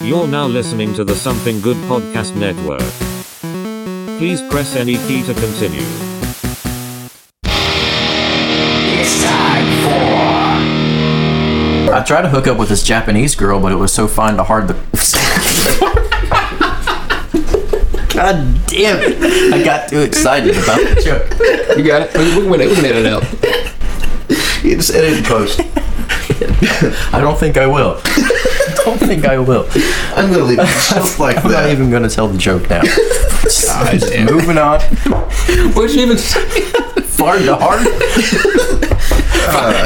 You're now listening to the Something Good Podcast Network. Please press any key to continue. I tried to hook up with this Japanese girl, but it was so fine to hard the. God damn it! I got too excited about the joke. You got it. We can, we can edit it out. You just edit in post. I don't think I will. don't think I will. I'm gonna leave it just like I'm not that. even gonna tell the joke now. Moving on. What did you even say? Far to hard.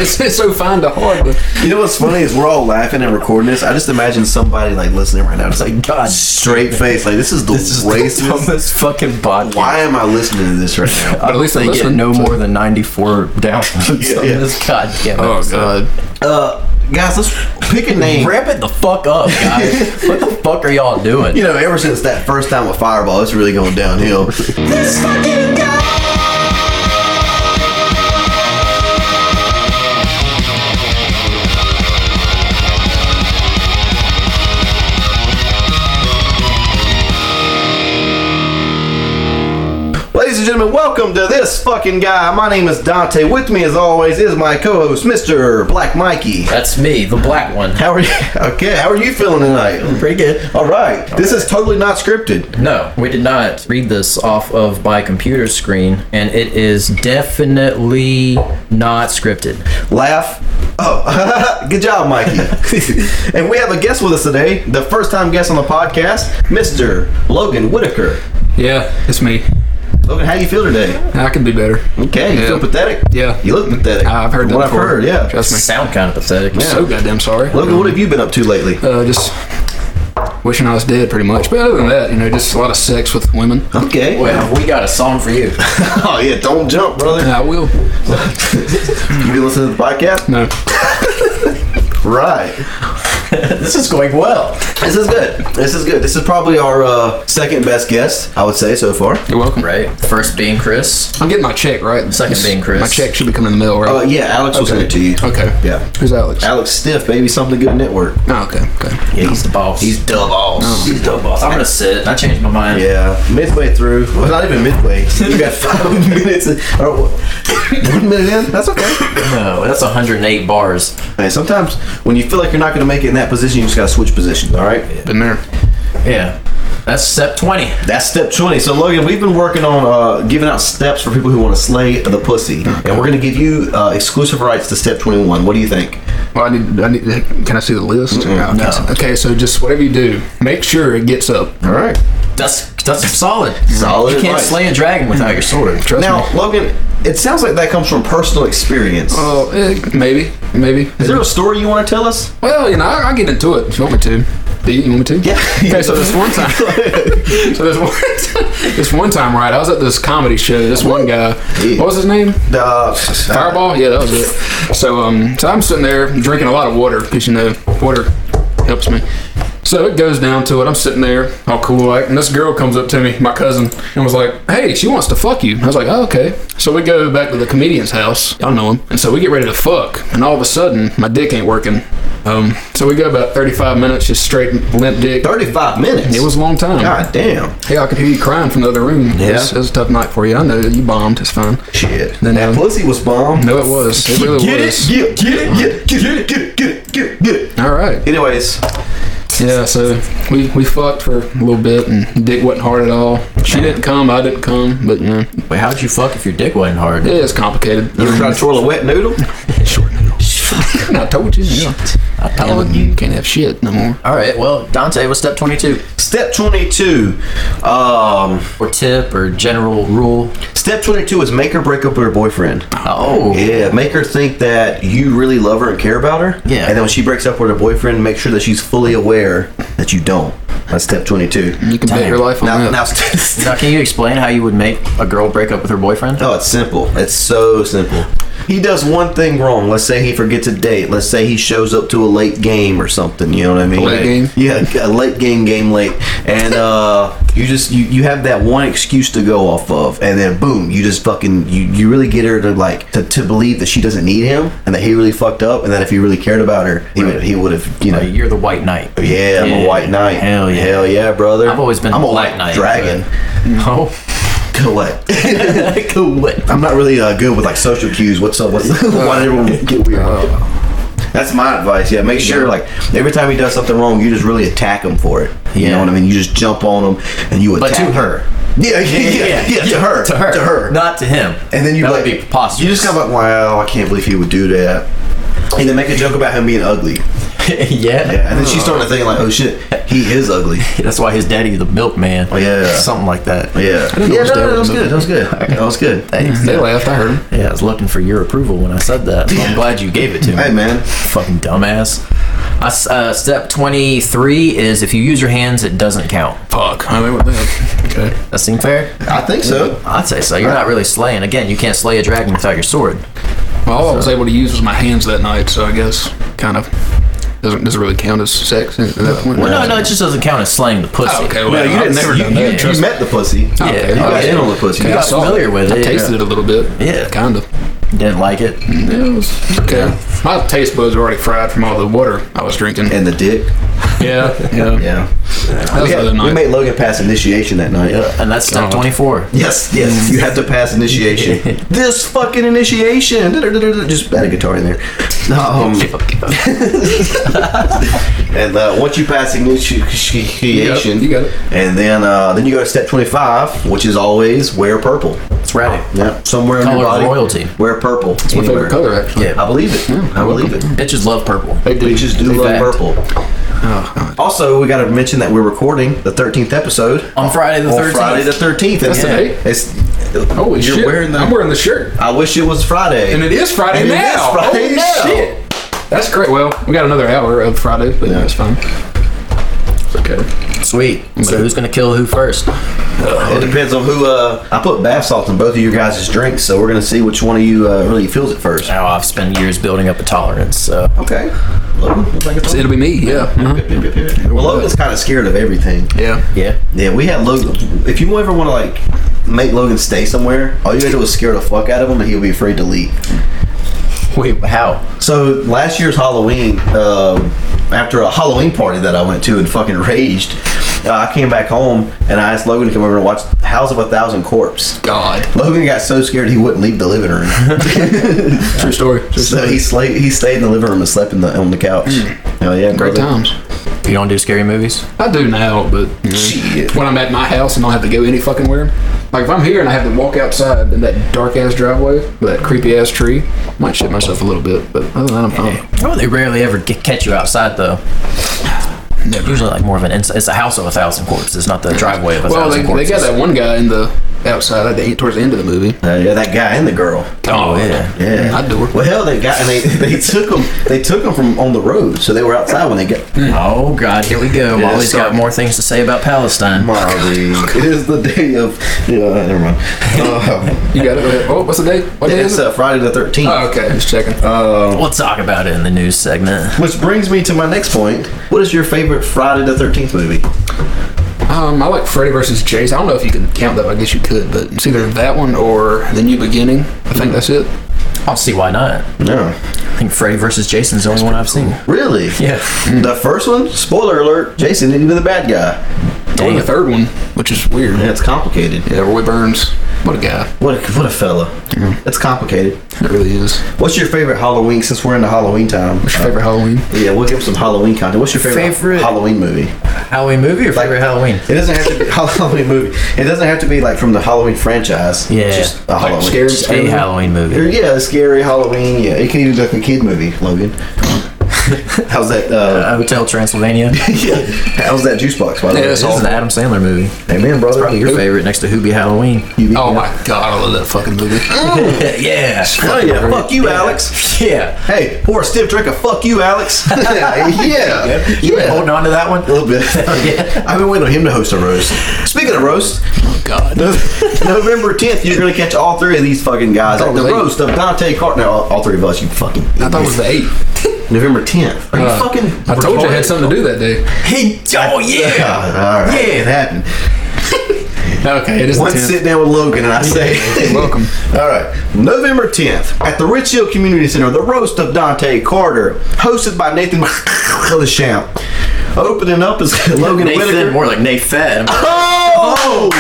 It's, it's so fine to hard, but You know what's funny is we're all laughing and recording this. I just imagine somebody like listening right now, just like God, straight face, like this is the this is the racist. dumbest fucking podcast. Why am I listening to this right now? But at least they I'm get listening. no more than 94 downloads Yeah, on yeah. this goddamn Oh, episode. Uh, guys, let's pick a name. Ramp it the fuck up, guys. what the fuck are y'all doing? You know, ever since that first time with Fireball, it's really going downhill. Ladies and gentlemen, welcome to this fucking guy. My name is Dante. With me, as always, is my co-host, Mr. Black Mikey. That's me, the black one. How are you? Okay, how are you feeling tonight? Pretty good. All right, this is totally not scripted. No, we did not read this off of my computer screen, and it is definitely not scripted. Laugh. Oh, good job, Mikey. and we have a guest with us today, the first-time guest on the podcast, Mr. Logan Whitaker. yeah, it's me. Logan, how do you feel today? I can do better. Okay, you Yeah. feel pathetic. Yeah. you look pathetic. I've heard From that what before. I've heard. Yeah. Trust me. Sound kind of pathetic. So goddamn sorry. Logan, what have you been up to lately? Uh, just wishing I was dead, pretty much. But other than that, you know, just a lot of sex with women. Okay. Well, we got a song for you. oh yeah, don't jump, brother. And I will. You been listening to the podcast? No. Right. this is going well. This is good. This is good. This is probably our uh, second best guest, I would say, so far. You're welcome. Right. First being Chris. I'm getting my check, right? Second being Chris. My check should be coming in the mail, right? Uh, yeah, Alex will send it to you. Okay. Yeah. Who's Alex? Alex Stiff, baby, something good network. Oh, okay. Okay. Yeah, he's the boss. He's dub balls. He's dub balls. I'm gonna sit. I changed my mind. Yeah, midway through. Well, not even midway. You got five minutes. Or one minute in. That's okay. No, that's 108 bars. Hey, sometimes when you feel like you're not going to make it in that position, you just got to switch positions. All right. Been there. Yeah. That's step 20. That's step 20. So, Logan, we've been working on uh, giving out steps for people who want to slay the pussy. And we're going to give you uh, exclusive rights to step 21. What do you think? Well, I need. I need. Can I see the list? No. no. Okay. So just whatever you do, make sure it gets up. All right. That's that's solid. Solid You can't advice. slay a dragon without your sword. Trust me. Now, Logan, it sounds like that comes from personal experience. Oh, eh, maybe, maybe. Is there a story you want to tell us? Well, you know, I, I get into it if you want me to. Do you, you want me to? Yeah. Okay, so this one time, so this one, ti- this one time, right? I was at this comedy show. This one guy, what was his name? Uh, Fireball. Yeah, that was it. So, um, so I'm sitting there drinking a lot of water because you know water helps me. So it goes down to it. I'm sitting there, all cool like, and this girl comes up to me, my cousin, and was like, "Hey, she wants to fuck you." I was like, "Oh, okay." So we go back to the comedian's house. Y'all know him, and so we get ready to fuck, and all of a sudden, my dick ain't working. Um, so we go about 35 minutes just straight limp dick. 35 minutes. It was a long time. God damn. Yeah, I could hear you crying from the other room. Yeah, it was, it was a tough night for you. I know you bombed. It's fine. Shit. Then, that um, pussy was bomb. No, it was. It really get, was. it, get it, get it, get it, get it, get it, get it, get it, get it. All right. Anyways, Yeah, so we, we fucked for a little bit, and dick wasn't hard at all. She didn't come, I didn't come, but you know, Wait, how'd you fuck if your dick wasn't hard? it is complicated. you were trying to twirl a wet noodle? I told you. Yeah. I told you. Can't have shit no more. All right. Well, Dante, what's step 22? Step 22. Um, Or tip or general rule? step 22 is make her break up with her boyfriend. Oh. Yeah, make her think that you really love her and care about her. Yeah. And then when she breaks up with her boyfriend, make sure that she's fully aware that you don't. That's step 22. You can bet Dang. your life on Now, that. now Now, can you explain how you would make a girl break up with her boyfriend? Oh, it's simple. It's so simple. he does one thing wrong. Let's say he forgets a date. Let's say he shows up to a late game or something. You know what I mean? late game? Yeah, a late game, game late, and uh, you just you, you have that one excuse to go off of, and then boom, you just fucking you, you really get her to like to, to believe that she doesn't need him and that he really fucked up, and that if he really cared about her, he would he would have you know. Like, Uh, you're the white knight. yeah, I'm a white knight. Hell yeah. hell yeah, brother. I've always been I'm the a black white knight, dragon. Oh, Collect. Collect. I'm not really uh, good with like social cues. What's up? What's why did Uh, everyone get weird? That's my advice. Yeah, make sure like every time he does something wrong, you just really attack him for it. You Yeah. know what I mean? You just jump on him and you attack. but to her. Yeah, yeah, yeah, yeah, to her, To her. to her. Not to him. and then you that like would be preposterous. You just kind of like, wow, I can't believe he would do that. And then make a joke about him being ugly. yeah. Yeah, and then she's starting to think like, oh shit, he is ugly. That's why his daddy the milkman. Oh, yeah. Something like that. Yeah, yeah, no, was no, down no, that with was the good. That was good. That was good. Thanks. They laughed. I heard them. Yeah, I was looking for your approval when I said that. I'm glad you gave it to me. Hey man, Fucking dumbass. I s uh, step 23 is if you use your hands, it doesn't count. Fuck. I mean, what the heck? Okay. That seem fair? I think so. I'd say so. You're not really slaying. Again, you can't slay a dragon without your sword. Well, all I was able to use was my hands that night, so I guess kind of doesn't doesn't really count as sex at that point. Well, no, no, it just doesn't count as slaying the pussy. Oh, okay. Well, No, you I've didn't. never you, done you- that. you trust me. met the pussy. Yeah, Okay. you You got got it. in on the pussy. Yeah. I saw familiar it. with I it, tasted yeah. it a little bit. Yeah. kind of. Didn't like it. Yeah, it was okay. My taste buds were already fried from all the water I was drinking. and the dick. yeah, yeah. Yeah, That was we, the had, other we night. made Logan pass initiation that night. And that's step God. 24. Yes, yes, you have to pass initiation. this fucking initiation. Just add a guitar in there. Um, and uh, once you pass initiation, You got it. and then uh, then you go to step twenty five, which is always wear purple. That's right. Yeah, somewhere in Color your of body. royalty. Wear purple. It's My favorite color, actually. Yeah. I believe it. I believe it. Bitches love purple. They We do. just do In love fact. purple. Oh, God. Also, we got to mention that we're recording the 13th episode On Friday the on 13th. Friday the 13th. That's the date? It's, Holy you're shit! Wearing the, I'm wearing the shirt, I wish it was Friday. and it is Friday And it now. is Friday Holy now. shit! That's great. Well, we got another hour of Friday, but that's fine. It's okay. Sweet. So who's going to kill who first? It depends on who. Uh, I put bath salt in both of your guys' drinks, so we're gonna see which one of you uh, really feels it first. Now I've spent years building up a tolerance. So. Okay. Logan, looks like it's It'll be me. Yeah. Mhm. on. Well, Logan's kind of scared of everything. Yeah. Yeah. Yeah, we had Logan. If you ever want to like make Logan stay somewhere, all you gotta do is scare the fuck out of him, and he'll be afraid to leave. Wait, how? So last year's Halloween, um, after a Halloween party that I went to and fucking raged, uh, I came back home and I asked Logan to come over and watch House of a Thousand Corpse. God. Logan got so scared he wouldn't leave the living room, True story. True so story. he slayed, he stayed in the living room and slept in the on the couch. Hell yeah, Great brother. times. You don't do scary movies? I do now, but you know, Shit. when I'm at my house and don't have to go any fucking where. Like if I'm here and I have to walk outside in that dark ass driveway, with that creepy ass tree, I might shit myself a little bit, but other than that, I'm fine. Oh, they rarely ever get, catch you outside though. Never. Usually, like more of an ins- it's a house of a thousand corpses, It's not the driveway of a Well, thousand they, they corpses. got that one guy in the outside at the end, towards the end of the movie. Uh, yeah, that guy and the girl. oh yeah. Yeah, I'd do it. Well, hell, they got and they they took them they took them from on the road, so they were outside when they got. Hmm. Oh god, here we go. Yeah, Molly's sorry. got more things to say about Palestine. Molly, it is the day of. Yeah, never mind. Uh, You got it. Go ahead. Oh, what's the date? What day it's is it? uh, Friday the thirteenth. Oh, okay. Just checking. We'll talk about it in the news segment. Which brings me to my next point. What is your favorite Friday the 13th movie? Um, I like Freddy versus Jason. I don't know if you can count that. But I guess you could, but it's either that one or The New Beginning. I think that's it. I'll see why not. No. I think Freddy versus Jason's the only one I've seen. Really? Hmm. Yeah. The first one, spoiler alert, Jason isn't even the bad guy. Or the third one, which is weird. Yeah, it's complicated. Yeah, Roy Burns. What a guy. What a, what a fella. Hmm. It's complicated. It really is. What's your favorite Halloween, since we're into Halloween time? What's your favorite Halloween? Yeah, we'll give some Halloween content. What's your favorite, Favorite- Halloween movie? Halloween movie or favorite Halloween? It doesn't have to be Halloween movie. It doesn't have to be like from the Halloween franchise. Yeah. Just a Like Halloween. scary Just a Halloween movie. Yeah, a scary Halloween. Yeah, it can even be like a kid movie, Logan. How's that? Uh, Hotel Transylvania. yeah. How's that juice box? By the Yeah, way, that's This is an Adam Sandler movie. amen, brother. Probably your favorite, next to Hoobie Halloween. You beat Oh me my up. god, I love that fucking movie. yeah. Oh yeah, fuck you, Alex. Yeah. Hey, pour a stiff drink of fuck you, Alex. yeah, yeah. You been holding on to that one? A little bit. I've been waiting on him to host a roast. Speaking of roast, God. November 10th, you're going to catch all three of these fucking guys thought at it the was eight. roast of Dante Carter. No, all, all three of us, you fucking. I thought it was the eight. November 10th. Are you fucking. I told you I had something to do that day. He, oh, yeah. God, all right. Yeah. It happened. Okay, it is One the sit down with Logan and I say, tenth. Welcome. All right, November 10th at the Rich Hill Community Center, the roast of Dante Carter, hosted by Nathan Champ. Opening up is Logan Whitaker. Nathan, more like Nathan. Oh,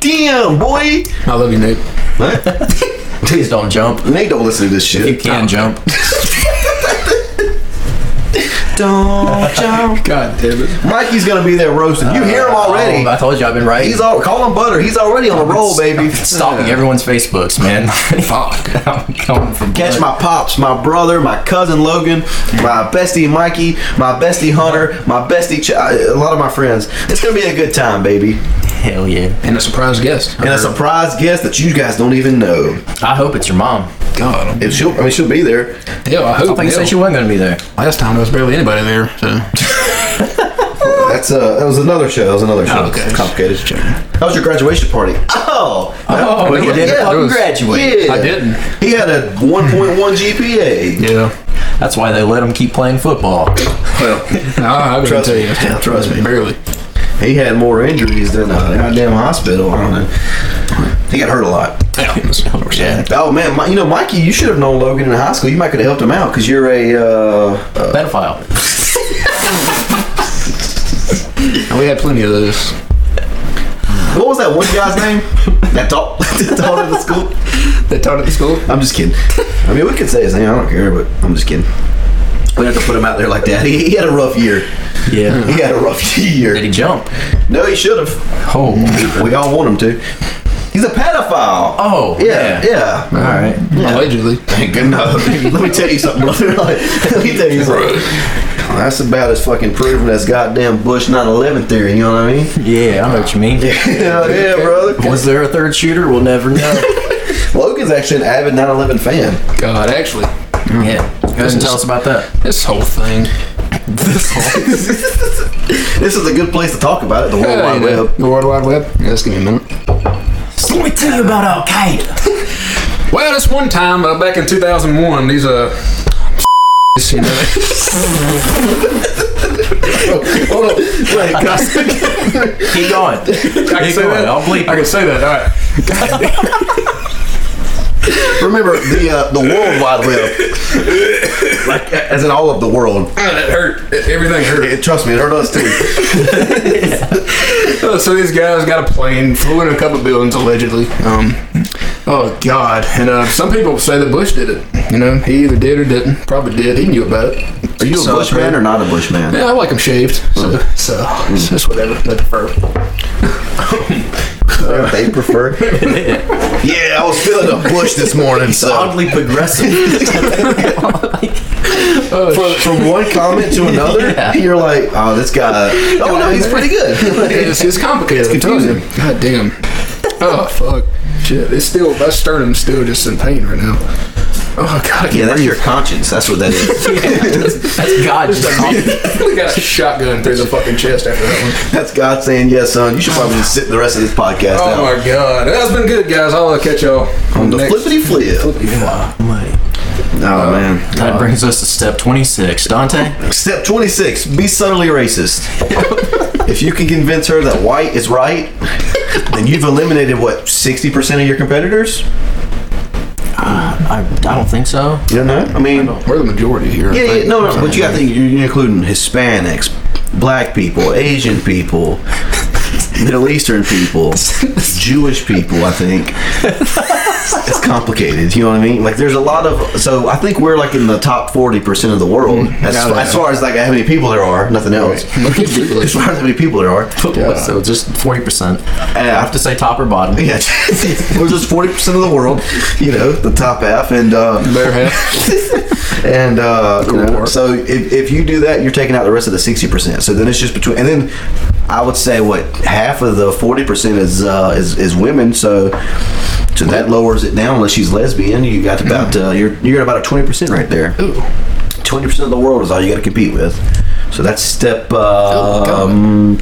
damn boy! I love you, Nate. What? Please don't jump. Nate don't listen to this shit. You can jump. Don't jump. God damn it. Mikey's gonna be there roasting. You hear him already? Oh, I told you I've been right. He's all call him butter. He's already on a roll, baby. stalking everyone's Facebooks, man. Fuck. I'm coming from Catch my pops, my brother, my cousin Logan, my bestie Mikey, my bestie Hunter, my bestie. Ch- uh, a lot of my friends. It's gonna be a good time, baby. hell yeah. And a surprise guest. and a surprise guest that you guys don't even know. I hope it's your mom. God. If she'll, I mean, she'll be there. Hell, I I hope. think you hell. said she wasn't gonna be there. Last time there was barely anybody there. So. That's uh, that was another show. That was another show. Oh, okay. Complicated. How was your graduation party? Oh, Oh, he didn't fucking graduate. Yeah. I didn't. He had a 1.1 GPA. Yeah. That's why they let him keep playing football. Well, No, I can Trust tell me. you. Yeah, trust me. Barely. he had more injuries than a goddamn hospital. I don't know. He got hurt a lot. Yeah. Oh man, Mi- you know, Mikey, you should have known Logan in high school. You might could have helped him out because you're a. Uh, uh, Pedophile. And we had plenty of those. what was that one guy's name? that taught that taught at the school. They taught at the school. I'm just kidding. I mean, we could say his name. I don't care, but I'm just kidding. We don't have to put him out there like that. He, he had a rough year. Yeah. He had a rough Did year. he jump? No, he should have. Oh. We all want him to. He's a pedophile. Oh, yeah, yeah. yeah. All right. Allegedly. Thank goodness. uh, Let me tell you something, brother. Let me tell you something. That's about as fucking proven as goddamn Bush 9/11 theory. You know what I mean? Yeah, I know what you mean. Yeah, yeah, brother. Was there a third shooter? We'll never know. Logan's actually an avid 9/11 fan. God, actually, yeah. Go ahead and tell us about that. this whole thing. This whole This is a good place to talk about it. The World Wide Yeah, Web. The World Wide Web. Yeah, let's give me a minute. So let me tell you about Al Qaeda. Well, this one time uh, back in 2001, these uh. You know, Hold on. Wait, can I say- Keep going. I can Keep say going. that. I'll bleep. I can say that. All right. Remember the uh, the World Wide Web, like as in all of the world. Ah, that hurt. It- Everything hurt. It, trust me, it hurt us too. Uh, so these guys got a plane, flew in a couple buildings allegedly. Um, oh God! And uh, some people say that Bush did it. You know, he either did or didn't. Probably did. He knew about it. Are you So, Bushman or Hmm. not a Bushman? Yeah, I like them shaved. So, so it's just whatever they prefer. They prefer. yeah, I was feeling a bush this morning. So Oddly progressive. from, from one comment to another, Yeah. you're like, oh, this guy. Oh no, he's pretty good. It's, it's complicated. It's confusing. God damn. Oh fuck. Shit. It's still my sternum's still just in pain right now. Oh god. yeah, that's your conscience. That's what that is. That's God just talking. we got a shotgun through the fucking chest after that one. that's God saying, yes, son. You should probably just sit the rest of this podcast Oh out my god. That's been good, guys. I'll uh, catch y'all on the next- flippity flip. Oh man. That brings us to step 26. Dante? Step 26 Be subtly racist. if you can convince her that white is right, then you've eliminated what, 60% of your competitors? I, I don't think so. You know? I mean, We're the majority here. I yeah, yeah, think. no, no, but you gotta think you're you're including Hispanics, black people, Asian people. Middle Eastern people, Jewish people, I think. it's complicated. You know what I mean? Like, there's a lot of. So I think we're like in the top forty percent of the world as, Yeah, as far as like how many people there are. Nothing else. as far as how many people there are. So just forty percent. I And have to say top or bottom. yeah, we're just forty percent of the world. You know, the top half, and uh, Bear half. and uh, you know, Cool. so if, if you do that, you're taking out the rest of the sixty percent. So then it's just between, and then I would say what half of the forty percent is uh, is is women. So so that lowers it down unless she's lesbian. You got about Mm-hmm. uh, you're you're at about a twenty percent right there. Twenty percent of the world is all you got to compete with. So that's step um,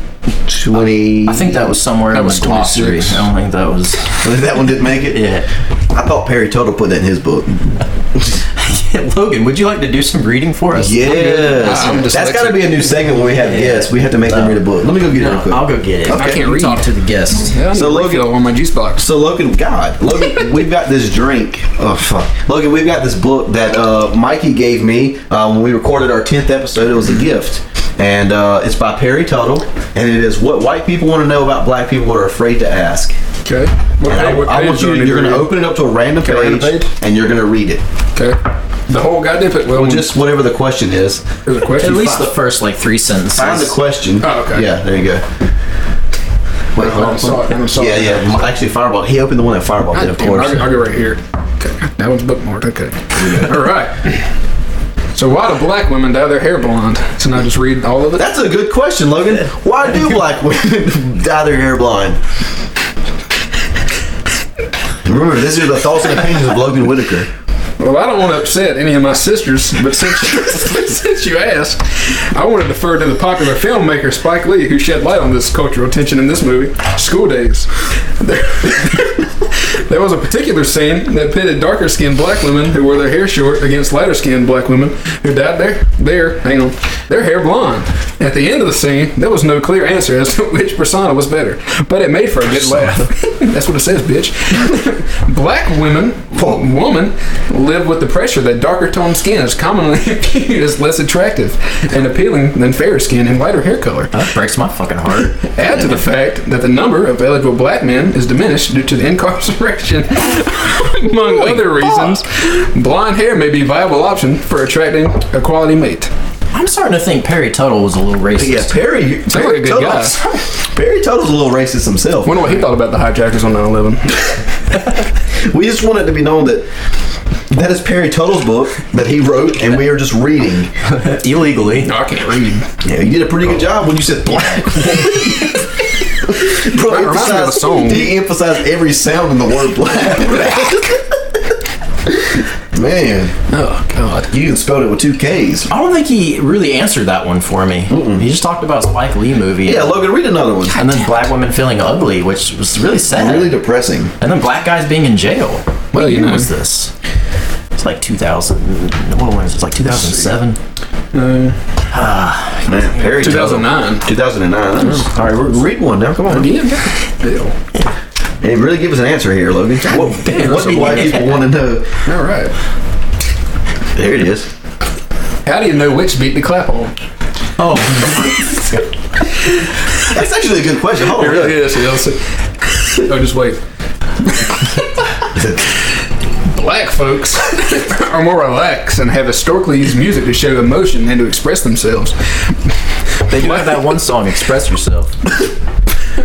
twenty. Oh, I think that was somewhere That in was the glossary. 26. I don't think that was. that one didn't make it. Yeah. I thought Perry Total put that in his book. Logan, would you like to do some reading for us? Yes. I'm dyslexic. That's got to be a new segment when we have guests. We have to make them read a book. Let me go get it real quick. I'll go get it. Okay. I can't You read. Talk to the guest. Yeah, So so look- look at on my juice box. So Logan, God, Logan, we've got this drink. Oh fuck, Logan, we've got this book that uh, Mikey gave me uh, when we recorded our tenth episode. It was a gift, and uh, it's by Perry Tuttle, and it is what white people want to know about black people are afraid to ask. Okay. And I, I want you. You're going to open it up to a random Okay, random page, page? and you're going to read it. Okay. The whole goddamn thing. Well, just Just whatever the question is. there's a question. At least the Five. first like three sentences. Find the question. Oh, okay. Yeah, there you go. Wait, hold I'm on. sorry. I'm sorry. Yeah, yeah. m- Actually, Fireball. He opened the one that Fireball did, of Damn, course. I'll, go- I'll go right here. Okay. That one's bookmarked. Okay. all right. So why do black women dye their hair blonde? So now just read all of it. That's a good question, Logan. Why do black women dye their hair blonde? Remember, these are the thoughts and opinions of Logan Whitaker. Well, I don't want to upset any of my sisters, but since you, since you asked, I want to defer to the popular filmmaker Spike Lee, who shed light on this cultural tension in this movie, School Days. There, there was a particular scene that pitted darker-skinned black women who wore their hair short against lighter-skinned black women who dyed their their hang on their hair blonde. At the end of the scene, there was no clear answer as to which persona was better, but it made for a good laugh. That's what it says, bitch. black women, woman, live with the pressure that darker toned skin is commonly viewed as less attractive and appealing than fairer skin and lighter hair color. that breaks my fucking heart. Add to the fact that the number of eligible black men is diminished due to the incarceration. Among other reasons, blonde hair may be a viable option for attracting a quality mate. I'm starting to think Perry Tuttle was a little racist. Yeah, Perry. like Perry a good Tuttle's- Perry Tuttle's a little racist himself. Wonder what he thought about the hijackers on 9 11. We just want it to be known that that is Perry Tuttle's book that he wrote, and we are just reading. Illegally. I can't read. Yeah, you did a pretty good job when you said black. Bro, That reminds me of a emphasize- song. De-emphasize every sound in the word black. Man, Oh, God. you even spelled it with two K's. I don't think he really answered that one for me. He just talked about Spike Lee movie. Yeah, and- Logan, read another one. and then black women feeling ugly, which was really sad. Really depressing. and then black guys being in jail. What Well, you year know. was this? It's like 2000. What was it? It's like 2007. Man, Perry 2009. 2009. That was- All right, re- read one now. Come on. Again? Bill. Hey, really give us an answer here, Logan. What, what damn, that's do a white lot. people want to know? All right. There it is. How do you know which beat the clap on? Oh, That's actually a good question. Hold on. is. Oh, just wait. Black folks are more relaxed and have historically used music to show emotion and to express themselves. they do have that one song, "Express Yourself."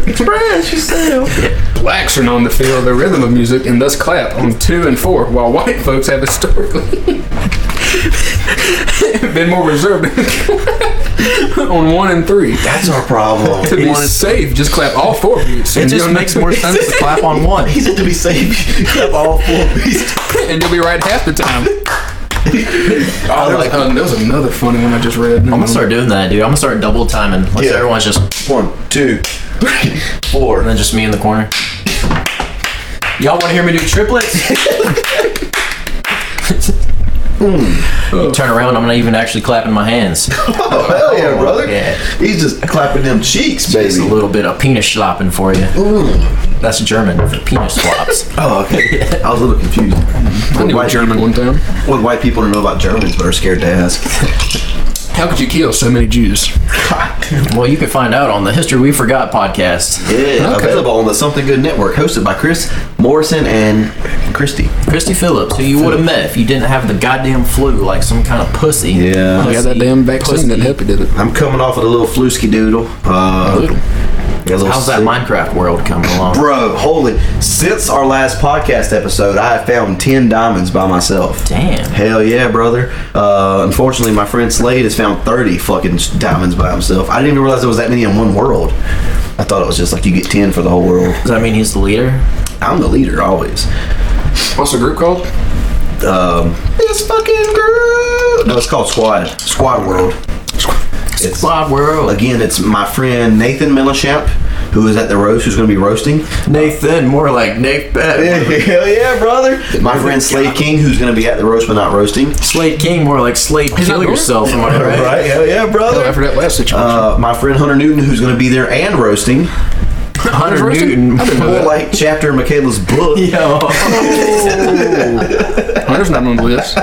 Express yourself. Blacks are known to feel the rhythm of music and thus clap on two and four, while white folks have historically been more reserved on one and three. That's our problem. To be safe, just clap all four beats. It and just you'll- makes more sense to clap on one. He said to be safe, clap all four beats. and you'll be right half the time. Oh, there, was, like- um, there was another funny one I just read. I'm gonna start doing that, dude. I'm gonna start double timing. Like Yeah. everyone's just, One, two, three, four. and then just me in the corner. Y'all want to hear me do triplets? You turn around, I'm not even actually clapping my hands. Oh, hell yeah, brother. yeah. He's just clapping them cheeks, Just a baby. little bit of penis schlopping for you. That's German for penis flops. Oh, okay. I was a little confused. I What knew a white, German one time. what white people don't know about Germans but are scared to ask. How could you kill so many Jews? Well, you can find out on the History We Forgot podcast. Yeah, Okay. available on the Something Good Network, hosted by Chris Morrison and Christy. Christy Phillips, who you would have met if you didn't have the goddamn flu, like some kind of pussy. Yeah. Yeah, that damn vaccine Pussy. didn't help you, did it? I'm coming off with a little flusky doodle. Uh, Doodle. got a little How's that sick- Minecraft world coming along? Bro, holy. Since our last podcast episode, I have found 10 diamonds by myself. Damn. Hell yeah, brother. Uh, unfortunately, my friend Slade has found 30 fucking diamonds by himself. I didn't even realize there was that many in one world. I thought it was just like you get 10 for the whole world. Does that mean he's the leader? I'm the leader always. What's the group called? Um, this fucking girl. No, it's called Squad. Squad World. It's, Squad world. again, it's my friend Nathan Millichamp, who is at the roast, who's going to be roasting. Nathan, more like Nick Yeah, Bett. Hell yeah, brother! My friend Slade King, who's gonna be at the roast but not roasting. Slate King, more like Slate not Kill going? Yourself. Am I right? Hell yeah, Oh, after brother! that last situation. Uh, my friend Hunter Newton, who's gonna be there and roasting, Hunter Roasted? Newton. I didn't know more that. like chapter in Michaela's book. Yo. Oh. Hunter's not on the list.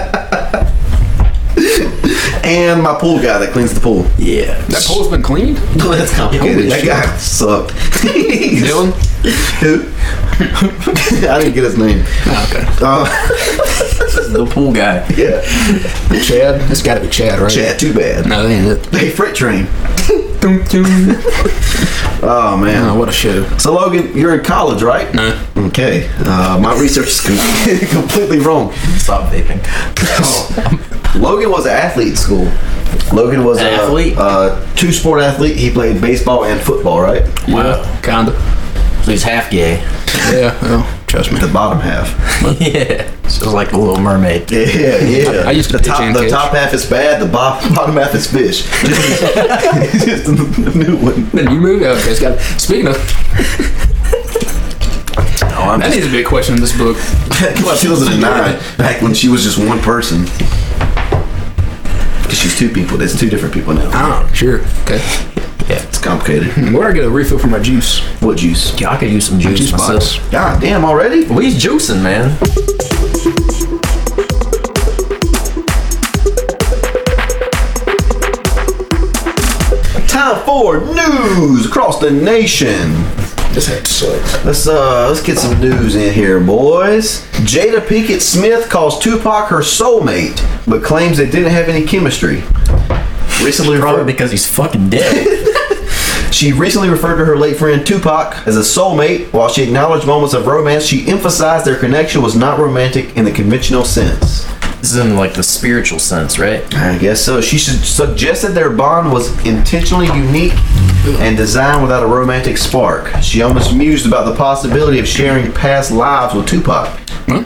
And my pool guy that cleans the pool. yeah. That pool's been cleaned? That's complicated. Holy That shit. guy sucked. Dylan? Who? I didn't get his name. Okay. Uh, The pool guy. yeah, Chad? It's gotta be Chad, right? Chad. Too bad. No, that ain't it. Hey, freight train. Dum, dum. Oh man. Oh, what a show. So Logan, you're in college, right? No. Okay. Uh, my research is com- completely wrong. Stop vaping. Logan was an athlete in school. Logan was a Athlete? uh, two sport athlete. He played baseball and football, right? Wow. Yeah, kinda. So he's half gay. Yeah, well, trust me. The bottom half. yeah. So like the Little Mermaid. Yeah, yeah. I used to the pitch top. and The catch. top half is bad. The bo- bottom half is fish. Just the new one. Then you move out. Okay, it's got. Speaking of, Oh, I'm that just needs to be a question in this book. she was a nine back when she was just one person. Because she's two people. There's two different people now. Oh, sure. Okay. It's complicated. Where do I get a refill for my juice? What juice? Yeah, I could use some juice Juice myself. box. God damn! Already? Well, he's juicing, man. Time for news across the nation. This hat sucks. Let's uh let's get some news in here, boys. Jada Pinkett Smith calls Tupac her soulmate, but claims they didn't have any chemistry. Recently, Probably referred, because he's fucking dead. she recently referred to her late friend Tupac as a soulmate. While she acknowledged moments of romance, she emphasized their connection was not romantic in the conventional sense. this is in like the spiritual sense, right? I guess so. She su- suggested their bond was intentionally unique and designed without a romantic spark. She almost mused about the possibility of sharing past lives with Tupac.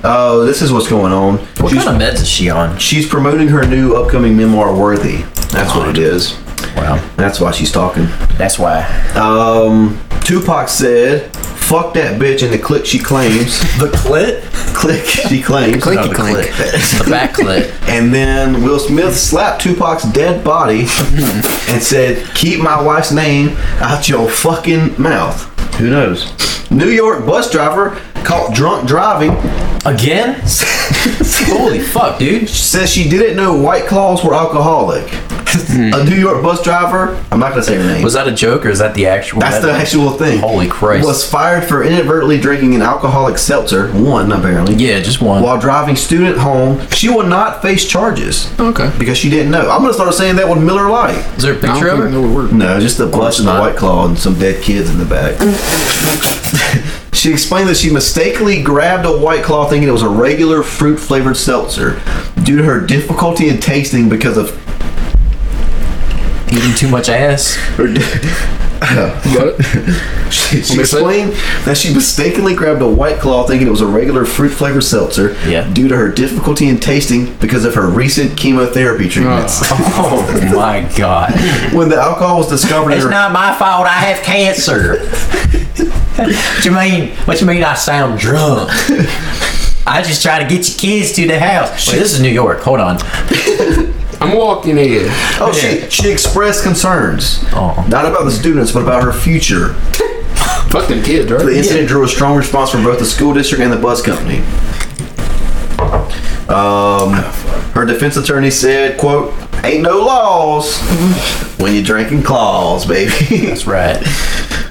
Oh, this is what's going on. What she's, kind of meds is she on? she's promoting her new upcoming memoir, Worthy. That's what it is. Wow. That's why she's talking. That's why. Um, Tupac said, "Fuck that bitch," and the click she claims, The clit? click she claims, Clinky No, the clink. clit. the back clit. And then Will Smith slapped Tupac's dead body and said, Keep my wife's name out your fucking mouth. Who knows? New York bus driver caught drunk driving Again? Holy fuck, dude. says she didn't know White Claws were alcoholic. A New York bus driver, I'm not gonna say her name. Hmm. Was that a joke or is that the actual? that's the that- actual thing. Holy Christ. Was fired for inadvertently drinking an alcoholic seltzer, one apparently, Yeah, just one. while driving student home. She will not face charges Oh. Okay. because she didn't know. I'm gonna start saying that with Miller Lite. Is there a I picture don't of think I her? know what word. No, just a bus and a not. white claw and some dead kids in the back. she explained that she mistakenly grabbed a white claw thinking it was a regular fruit flavored seltzer due to her difficulty in tasting because of Eating too much ass. her. You got it? she she me to say it? explained that she mistakenly grabbed a white claw thinking it was a regular fruit flavored seltzer Yeah. due to her difficulty in tasting because of her recent chemotherapy treatments. Oh my god. when the alcohol was discovered in Oh. It's her not my fault. I have cancer. what you mean? What you mean? I sound drunk? I just try to get your kids to the house. Wait, this is New York. Hold on. I'm walking in. Oh, she, she expressed concerns. Oh. Not about the students, but about her future. Fuck them kids, The right? incident drew a strong response from both the school district and the bus company. Um, her defense attorney said, quote, Ain't no laws when you're drinking claws, baby. That's right.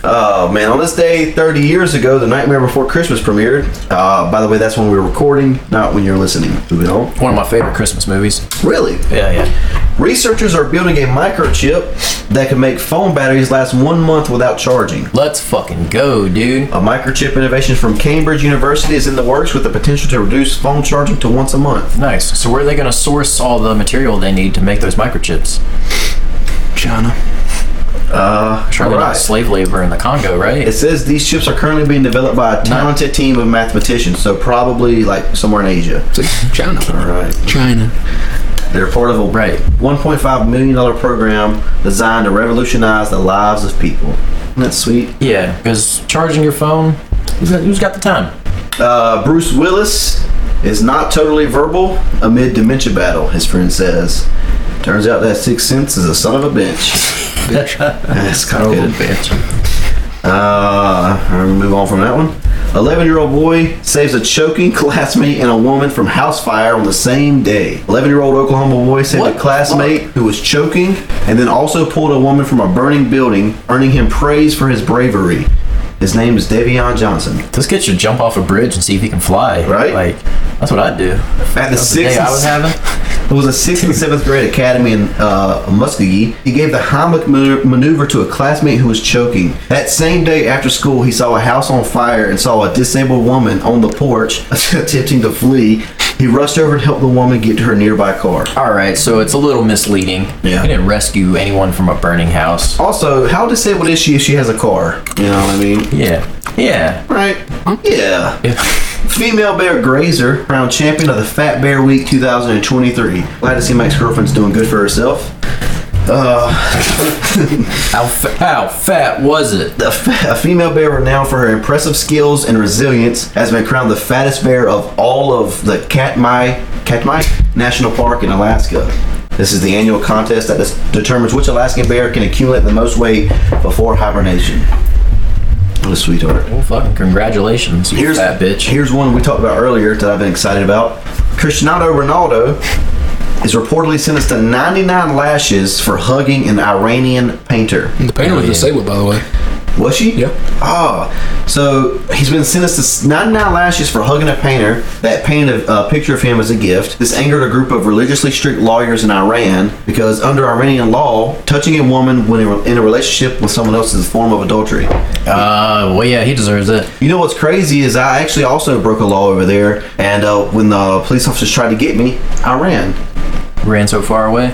Oh man, on this day 30 years ago, The Nightmare Before Christmas premiered. Uh, by the way, that's when we were recording, not when you're listening. Moving on. One of my favorite Christmas movies. Really? Yeah, yeah. Researchers are building a microchip that can make phone batteries last one month without charging. Let's fucking go, dude. A microchip innovation from Cambridge University is in the works with the potential to reduce phone charging to once a month. Nice. So where are they going to source all the material they need to make those microchips? China. Probably not Right. slave labor in the Congo, right? It says these chips are currently being developed by a talented team of mathematicians, so probably like somewhere in Asia. It's like China. All right. China. They're part of a Right. $1.5 million program designed to revolutionize the lives of people. Isn't that sweet? yeah, because charging your phone, who's got, who's got the time? Uh, Bruce Willis is not totally verbal amid dementia battle, his friend says. Turns out that sixth sense is a son of a bitch. That's complicated. Uh, I'm gonna move on from that one. 11 year old boy saves a choking classmate and a woman from house fire on the same day. 11 year old Oklahoma boy saved What a the classmate who was choking and then also pulled a woman from a burning building, earning him praise for his bravery. His name is Davion Johnson. This kid should jump off a bridge and see if he can fly. Right? Like, that's what I'd do. At the That's the day sixth, I was having. it was a sixth and seventh grade academy in uh, Muskogee. He gave the Heimlich manu- maneuver to a classmate who was choking. That same day after school, he saw a house on fire and saw a disabled woman on the porch attempting to flee. He rushed over and helped the woman get to her nearby car. All right, so it's a little misleading. Yeah. You didn't rescue anyone from a burning house. Also, how disabled is she if she has a car? You know what I mean? Yeah. Yeah. Right? Yeah. Female bear Grazer, crowned champion of the Fat Bear Week 2023. Glad to see my ex-girlfriend's doing good for herself. Uh, How, fa- how fat was it? A, f- a female bear renowned for her impressive skills and resilience has been crowned the fattest bear of all of the Katmai, Katmai National Park in Alaska. This is the annual contest that dis- determines which Alaskan bear can accumulate the most weight before hibernation. What a sweetheart. Well, fucking congratulations, you Here's fat bitch. Here's one we talked about earlier that I've been excited about. Cristiano Ronaldo is reportedly sentenced to 99 lashes for hugging an Iranian painter. The painter was disabled, by the way. Was she? Yeah. Ah, so he's been sentenced to s- 99 lashes for hugging a painter that painted a, a picture of him as a gift. This angered a group of religiously strict lawyers in Iran because, under Iranian law, touching a woman when in a- in a relationship with someone else is a form of adultery. Uh, well, yeah, he deserves it. You know what's crazy is I actually also broke a law over there, and uh, when the police officers tried to get me, I ran. Ran so far away.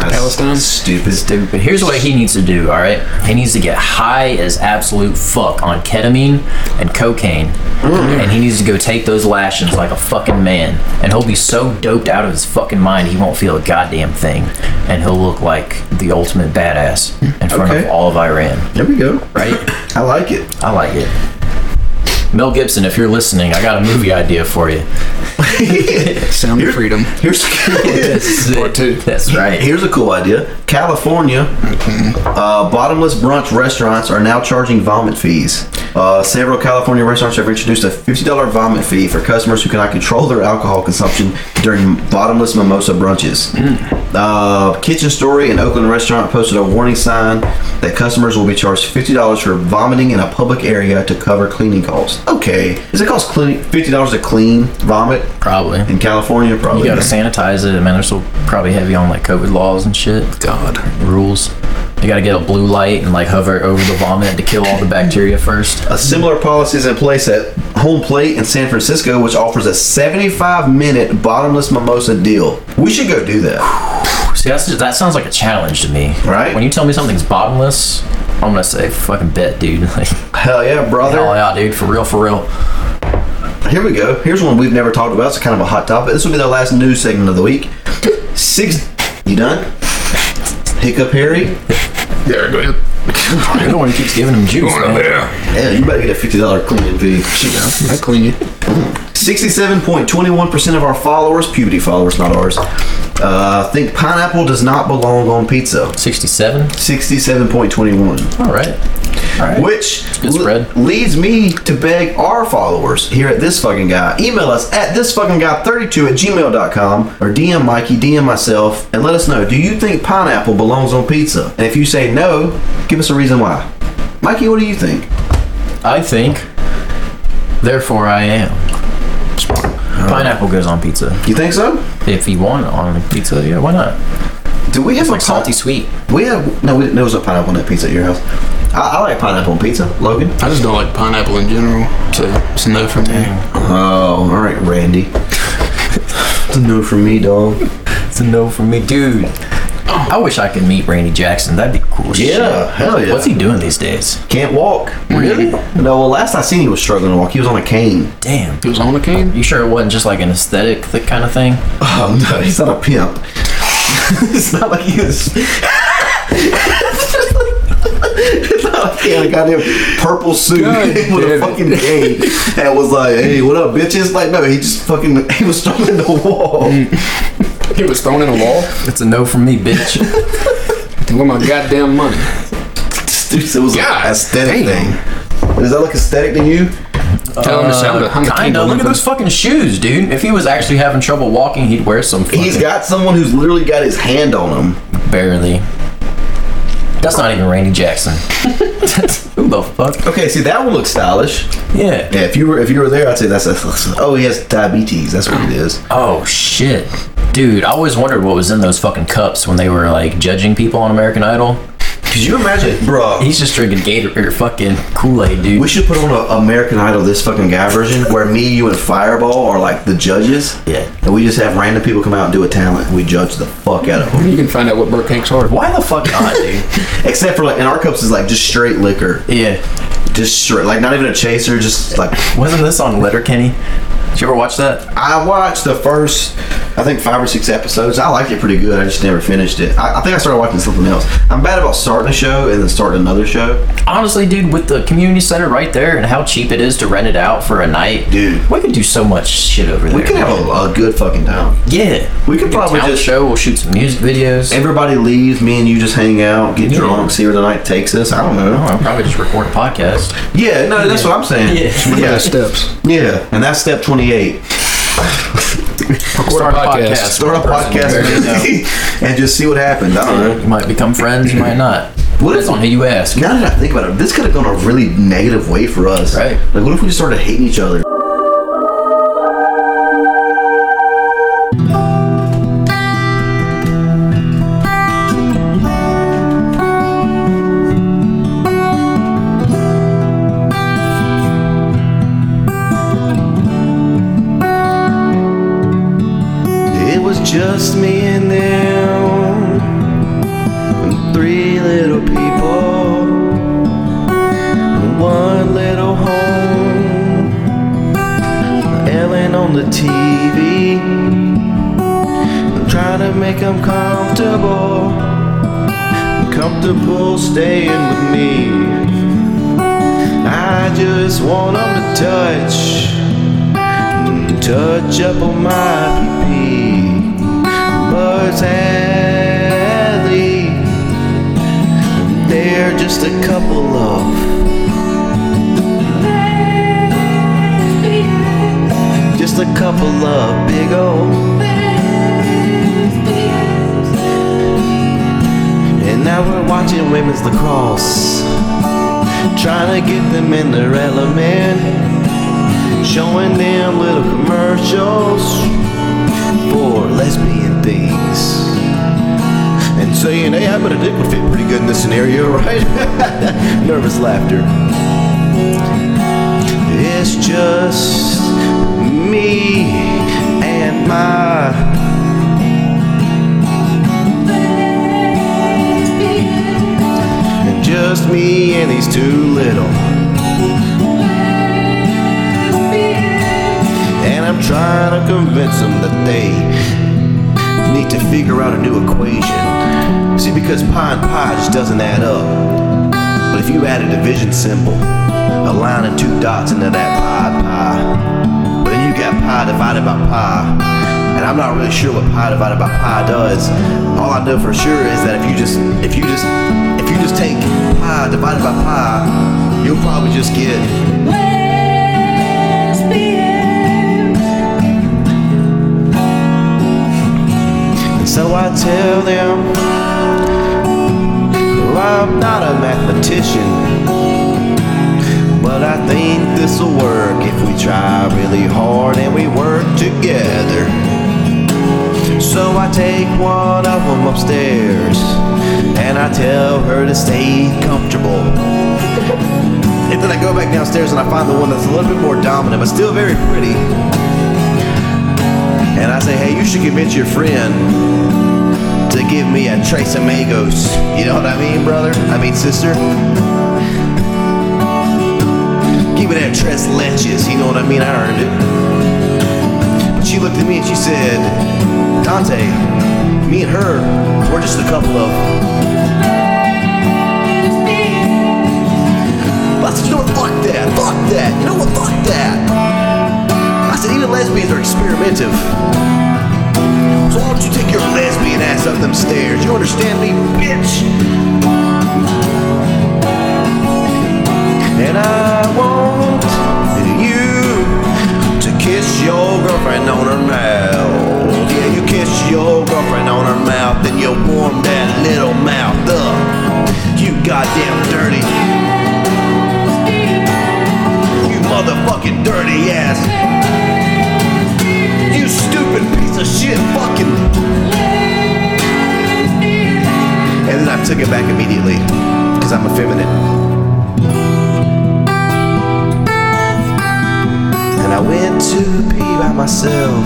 Palestine? Stupid. Dude, but here's what he needs to do, all right? He needs to get high as absolute fuck on ketamine and cocaine. And he needs to go take those lashings like a fucking man. And he'll be so doped out of his fucking mind he won't feel a goddamn thing. And he'll look like the ultimate badass in front Okay. of all of Iran, There we go. right? I like it. I like it. Mel Gibson, if you're listening, I got a movie idea for you. Sound of freedom. Here's Part two. That's right. Here's a cool idea. California uh, bottomless brunch restaurants are now charging vomit fees. Uh, several California restaurants have introduced a $50 vomit fee for customers who cannot control their alcohol consumption during bottomless mimosa brunches. Hmm. Uh, Kitchen Story, an Oakland restaurant, posted a warning sign that customers will be charged $50 for vomiting in a public area to cover cleaning costs. Okay. Does it cost clean, $50 to clean vomit Probably. in California? Probably. You gotta sanitize it. I mean, they're still probably heavy on like COVID laws and shit. God. rules. You gotta get a blue light and like hover over the vomit to kill all the bacteria first. A similar policy is in place at Home Plate in San Francisco, which offers a 75 minute bottomless mimosa deal. We should go do that. See, that's just, that sounds like a challenge to me. Right. When you tell me something's bottomless, I'm gonna say fucking bet, dude. Like, Hell yeah, hell brother. yeah, dude, for real, for real. Here we go. Here's one we've never talked about. It's kind of a hot topic. This will be the last news segment of the week. Six. You done? Hiccup Harry? Yeah, go ahead. You're the one who keeps giving him juice, Going up man. there. Yeah, you better get a $50 cleaning fee. I clean you. 67.21% of our followers, puberty followers, not ours, uh, think pineapple does not belong on pizza. 67. 67.21. All right. Right. Which Good spread. le- leads me to beg our followers here at this fucking guy. Email us at this fucking guy 32 at gmail.com or DM Mikey, DM myself, and let us know do you think pineapple belongs on pizza? And if you say no, give us a reason why. Mikey, what do you think? I think. Therefore, I am. Pineapple goes on pizza. You think so? If you want it on pizza, yeah, why not? Do we have a Like salty pine- sweet. We have no. We didn't, there was a pineapple nut pizza at your house. I, I like pineapple on pizza, Logan. I just don't like pineapple in general, so it's no for me. Oh, all right, Randy. it's a no from me, dog. It's a no for me, dude. I wish I could meet Randy Jackson. That'd be cool. as Yeah, shit. hell yeah. What's he doing these days? Can't walk. Really? No. Well, last I seen, he was struggling to walk. He was on a cane. Damn. It was on a cane. You sure it wasn't just like an aesthetic th- kind of thing? Oh no, he's not a pimp. it's not like he was. It's not like he had a goddamn purple suit God with a damn it. fucking cane and was like, "Hey, what up, bitches?" Like, no, he just fucking he was struggling to walk. He was thrown in a wall. It's a no for me, bitch. Where my goddamn money? Dude, it was God an aesthetic damn. thing. Is that look aesthetic to you? Tell him to sound Uh, kinda. Look at those fucking shoes, dude. If he was actually having trouble walking, he'd wear some. Fucking He's got someone who's literally got his hand on him. barely. That's not even Randy Jackson. Who the fuck? Okay, see that one looks stylish. Yeah. Yeah, if you were if you were there, I'd say that's, that's, that's- oh he has diabetes. That's what it is. Oh shit, dude. I always wondered what was in those fucking cups when they were like judging people on American Idol. Could you imagine, bro? He's just drinking Gator or fucking Kool Aid, dude. We should put on an American Idol this fucking guy version where me, you, and Fireball are like the judges. Yeah. And we just have random people come out and do a talent. And we judge the fuck out of them. You can find out what Burke Hanks are. Why the fuck not, dude? Except for like, in our cups is like just straight liquor, yeah. just straight like not even a chaser, just like Wasn't this on Letterkenny? Did you ever watch that? I watched the first, I think five or six episodes. I liked it pretty good. I just never finished it. I, I think I started watching something else. I'm bad about starting a show and then starting another show. Honestly, dude, with the community center right there and how cheap it is to rent it out for a night, Dude. we could do so much shit over there. We could have a, a good fucking time. yeah. We could probably Talent just- show. We'll shoot some music videos. Everybody leaves. Me and you just hang out, get Yeah. drunk, see where the night takes us. I don't Oh, know. I'll probably just record a podcast. Yeah, no, that's what I'm saying. Yeah. yeah, steps. yeah. And that's step 28. Record a podcast. Start a podcast and just see what happens. I don't know. You might become friends, you might not. What What if- is on who you ask? Now that I think about it, this could have gone a really negative way for us. Right. Like, what if we just started hating each other? It was Just me and them three little people in one little home. Ellen on the TV, trying to make them comfortable, comfortable staying with me. I just want them to touch, touch up on my pee. But sadly, they're just a couple of, just a couple of big old. And now we're watching women's lacrosse, trying to get them in their element, showing them little commercials for lesbian things. And saying, hey, I bet a dick would fit pretty good in this scenario, right? Nervous laughter. It's just me and my. and Just me and these two little. And I'm trying to convince them that they need to figure out a new equation. See, because pi and pi just doesn't add up. But if you add a division symbol, a line and two dots into that pi pi, then you got pi divided by pi. And I'm not really sure what pi divided by pi does. All I know for sure is that if you just if you just if you just take pi divided by pi just get And so I tell them "Well, I'm not a mathematician But I think this'll work if we try really hard and we work together so I take one of them upstairs and I tell her to stay comfortable. And then I go back downstairs and I find the one that's a little bit more dominant but still very pretty. And I say, hey, you should convince your friend to give me a trace of mangoes. You know what I mean, brother? I mean, sister? Give me that tres leches. You know what I mean? I earned it. But she looked at me and she said, Dante, me and her, we're just a couple of. I said, you know what? Fuck that. Fuck that. You know what? Fuck that. I said, even lesbians are experimentative. So why don't you take your lesbian ass up them stairs? You understand me, bitch? And I want you to kiss your girlfriend on her mouth. Yeah, you kiss your girlfriend on her mouth, then you warm that little mouth up. You goddamn dirty. You motherfucking dirty ass. You stupid piece of shit fucking. And then I took it back immediately, because I'm effeminate. And I went to pee by myself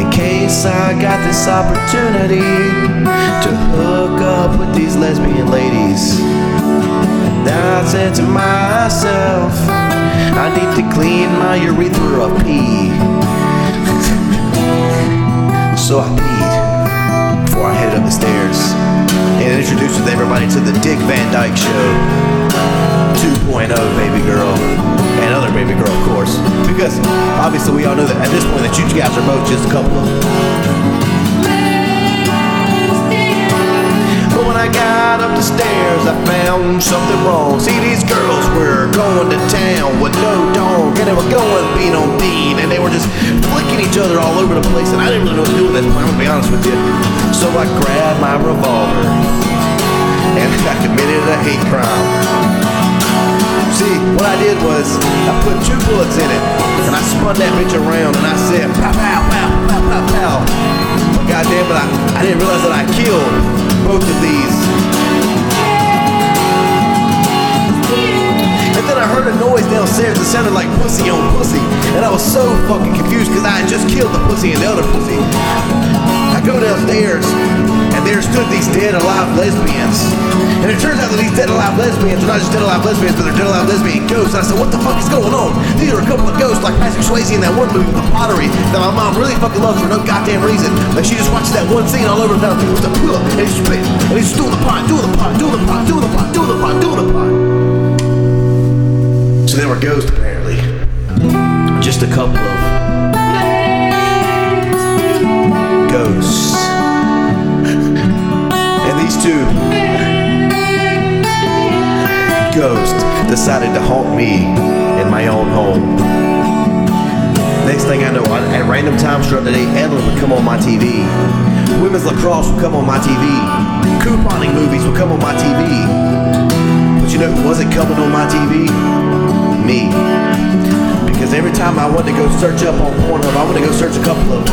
in case I got this opportunity to hook up with these lesbian ladies. Then I said to myself, I need to clean my urethra of pee. so I peed before I headed up the stairs and introduces everybody to the Dick Van Dyke Show. 2.0 baby girl and other baby girl of course because obviously we all know that at this point that you guys are both just a couple of but when i got up the stairs i found something wrong see these girls were going to town with no dog and they were going beat on beat and they were just flicking each other all over the place and i didn't really know what to do with that i'm gonna be honest with you so i grabbed my revolver and i committed a hate crime See, what I did was I put two bullets in it, and I spun that bitch around, and I said, pow, pow, pow, pow, pow, pow. But goddamn it, I, I didn't realize that I killed both of these. And then I heard a noise downstairs that sounded like pussy on pussy, and I was so fucking confused because I had just killed the pussy and the other pussy. I go downstairs, and there stood these dead alive lesbians. And it turns out that these dead alive lesbians are not just dead alive lesbians, but they're dead alive lesbian ghosts. And I said, what the fuck is going on? These are a couple of ghosts like Patrick Swayze in that one movie with the pottery that my mom really fucking loves for no goddamn reason. Like she just watched that one scene all over the town with the pillow and he spit and he's doing the pot, doing the pot, doing the pot, doing the pot, doing the pot, doing the pot. So they were ghosts apparently. Just a couple of ghosts. And these two ghosts decided to haunt me in my own home. Next thing I know, I- at random times throughout the day, Edlin would come on my TV. Women's lacrosse would come on my TV. Couponing movies would come on my TV. But you know who wasn't coming on my TV? Me. Because every time I wanted to go search up on Pornhub, I wanted to go search a couple of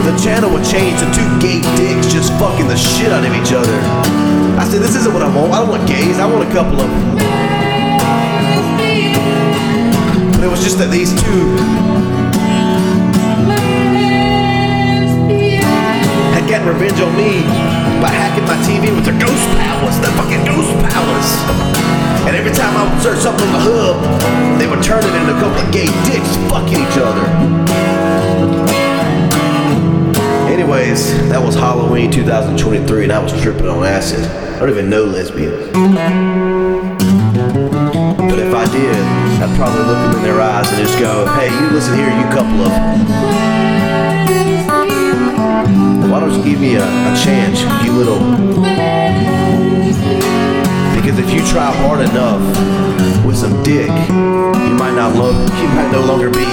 the channel would change to two gay dicks just fucking the shit out of each other. I said, this isn't what I want. I don't want gays. I want a couple of them. But it was just that these two had gotten revenge on me by hacking my TV with their ghost powers, their fucking ghost powers. And every time I would search something on the hub, they would turn it into a couple of gay dicks fucking each other. Anyways, that was Halloween 2023, and I was tripping on acid. I don't even know lesbians. But if I did, I'd probably look them in their eyes and just go, hey, you listen here, you couple of. Why don't you give me a, a chance, you little. Because if you try hard enough with some dick, you might not love. You might no longer be.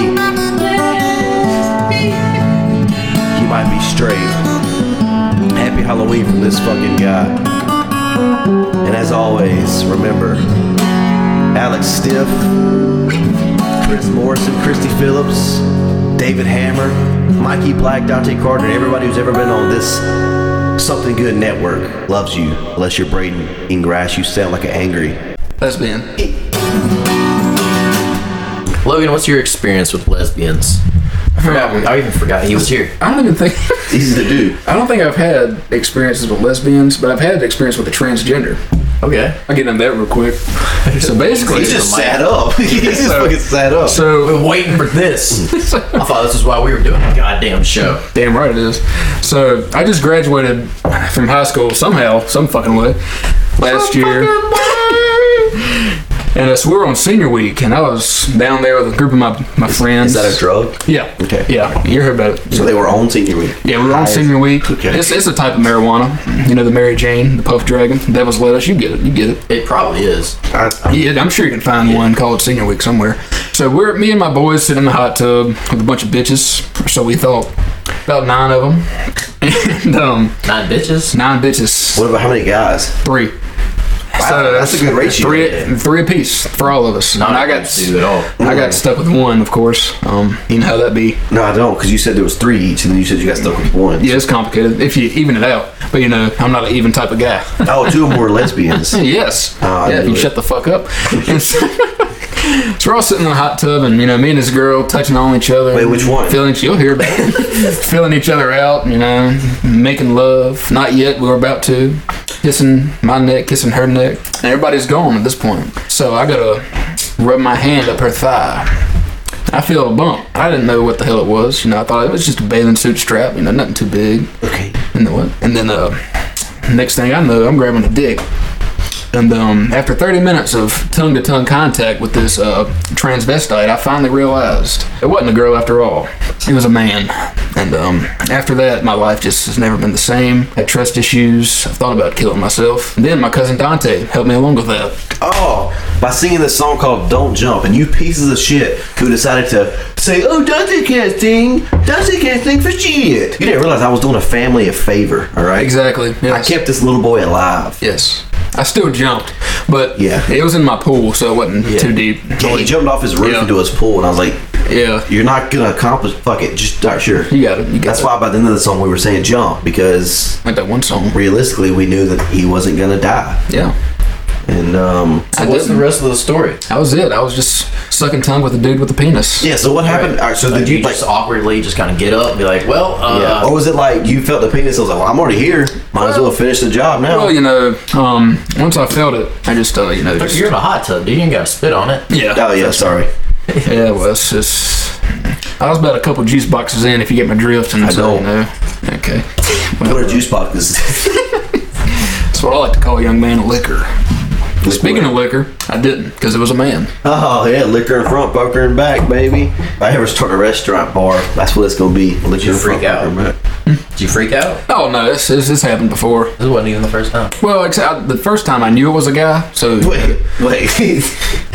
You might be straight. Happy Halloween from this fucking guy. And as always, remember, Alex Stiff, Chris Morrison, Christy Phillips, David Hammer, Mikey Black, Dante Carter, and everybody who's ever been on this Something Good Network loves you, unless you're Braden Ingrass. You sound like an angry. That's Ben. Logan, what's your experience with lesbians? I forgot. I even forgot he was here. I don't even think. Easy to do. I don't think I've had experiences with lesbians, but I've had experience with a transgender. Okay. I'll get into that real quick. So basically, He just sat up. He just So- fucking sat up. so Been waiting for this. I thought this is why we were doing a goddamn show. Damn right it is. So I just graduated from high school somehow, some fucking way, last year. And uh, so we were on senior week, and I was down there with a group of my, my friends. Is that a drug? Yeah. Okay. Yeah. You heard about it. So they were on senior week. Yeah, we were on senior week. Okay. It's, it's a type of marijuana. You know, the Mary Jane, the Puff Dragon, Devil's Lettuce. You get it. You get it. It probably is. Yeah, I'm sure you can find one called Senior Week somewhere. So we're me and my boys sitting in the hot tub with a bunch of bitches. So we thought about nine of them, and um, Nine bitches. nine bitches, What about how many guys? three. Uh, Wow, that's a good ratio. Three, three apiece for all of us. Not And I against got you at all. I got stuck with one, of course. Um, you know how that be. No, I don't, because you said there was three each, and then you said you got stuck with one. Yeah, it's complicated if you even it out. But you know, I'm not an even type of guy. Oh, two of them were lesbians. yes. Ah, I yeah, if knew you it. shut the fuck up. And so, so we're all sitting in the hot tub, and you know, me and this girl touching on each other. Wait, which one? Feeling you'll hear about. it. feeling each other out, you know, making love. Not yet. We were about to. Kissing my neck, kissing her neck, and everybody's gone at this point. So I gotta rub my hand up her thigh. I feel a bump. I didn't know what the hell it was. You know, I thought it was just a bathing suit strap. You know, nothing too big. Okay. And then what? And then uh, next thing I know, I'm grabbing a dick. And um, after 30 minutes of tongue-to-tongue contact with this uh, transvestite, I finally realized it wasn't a girl after all. It was a man. And um, after that, my life just has never been the same. I had trust issues. I thought about killing myself. And then my cousin Dante helped me along with that. Oh, by singing this song called "Don't Jump," and you pieces of shit who decided to say, "Oh, Dante can't sing. Dante can't sing for shit." You didn't realize I was doing a family a favor. All right. Exactly. I kept this little boy alive. Yes. I still jumped, but Yeah. it was in my pool, so it wasn't too deep. Yeah, he jumped off his roof Yeah. into his pool, and I was like, Yeah. "You're not gonna accomplish. Fuck it. Just start sure." You got it. You got That's it. why by the end of the song we were saying jump because Like that one song. realistically we knew that he wasn't gonna die. Yeah. And um, I What's the didn't. rest of the story? That was it. I was just sucking tongue with a dude with a penis. yeah. So what happened? All right, so Like, did you, you like? just awkwardly just kind of get up and be like, well, uh, Yeah. or was it like you felt the penis? I was like, well, I'm already here. Might as well finish the job now. Well, you know, um, once I felt it, I just, uh, you know, just, Oh, you're in a hot tub, dude. You ain't got to spit on it. Oh yeah, yeah, sorry. yeah. Well, it's just, I was about a couple juice boxes in, if you get my drift, and I so, you don't. know, okay. What a juice box is. That's what I like to call a young man a liquor. Speaking of liquor, I didn't because it was a man. oh yeah, liquor in front, poker in back, baby. If I ever start a restaurant bar, that's what it's gonna be. Liquor in front, freak out. poker in back. Did you freak out? Oh no, this this, this happened before. This wasn't even the first time. Well, except I, the first time I knew it was a guy, so Wait, wait.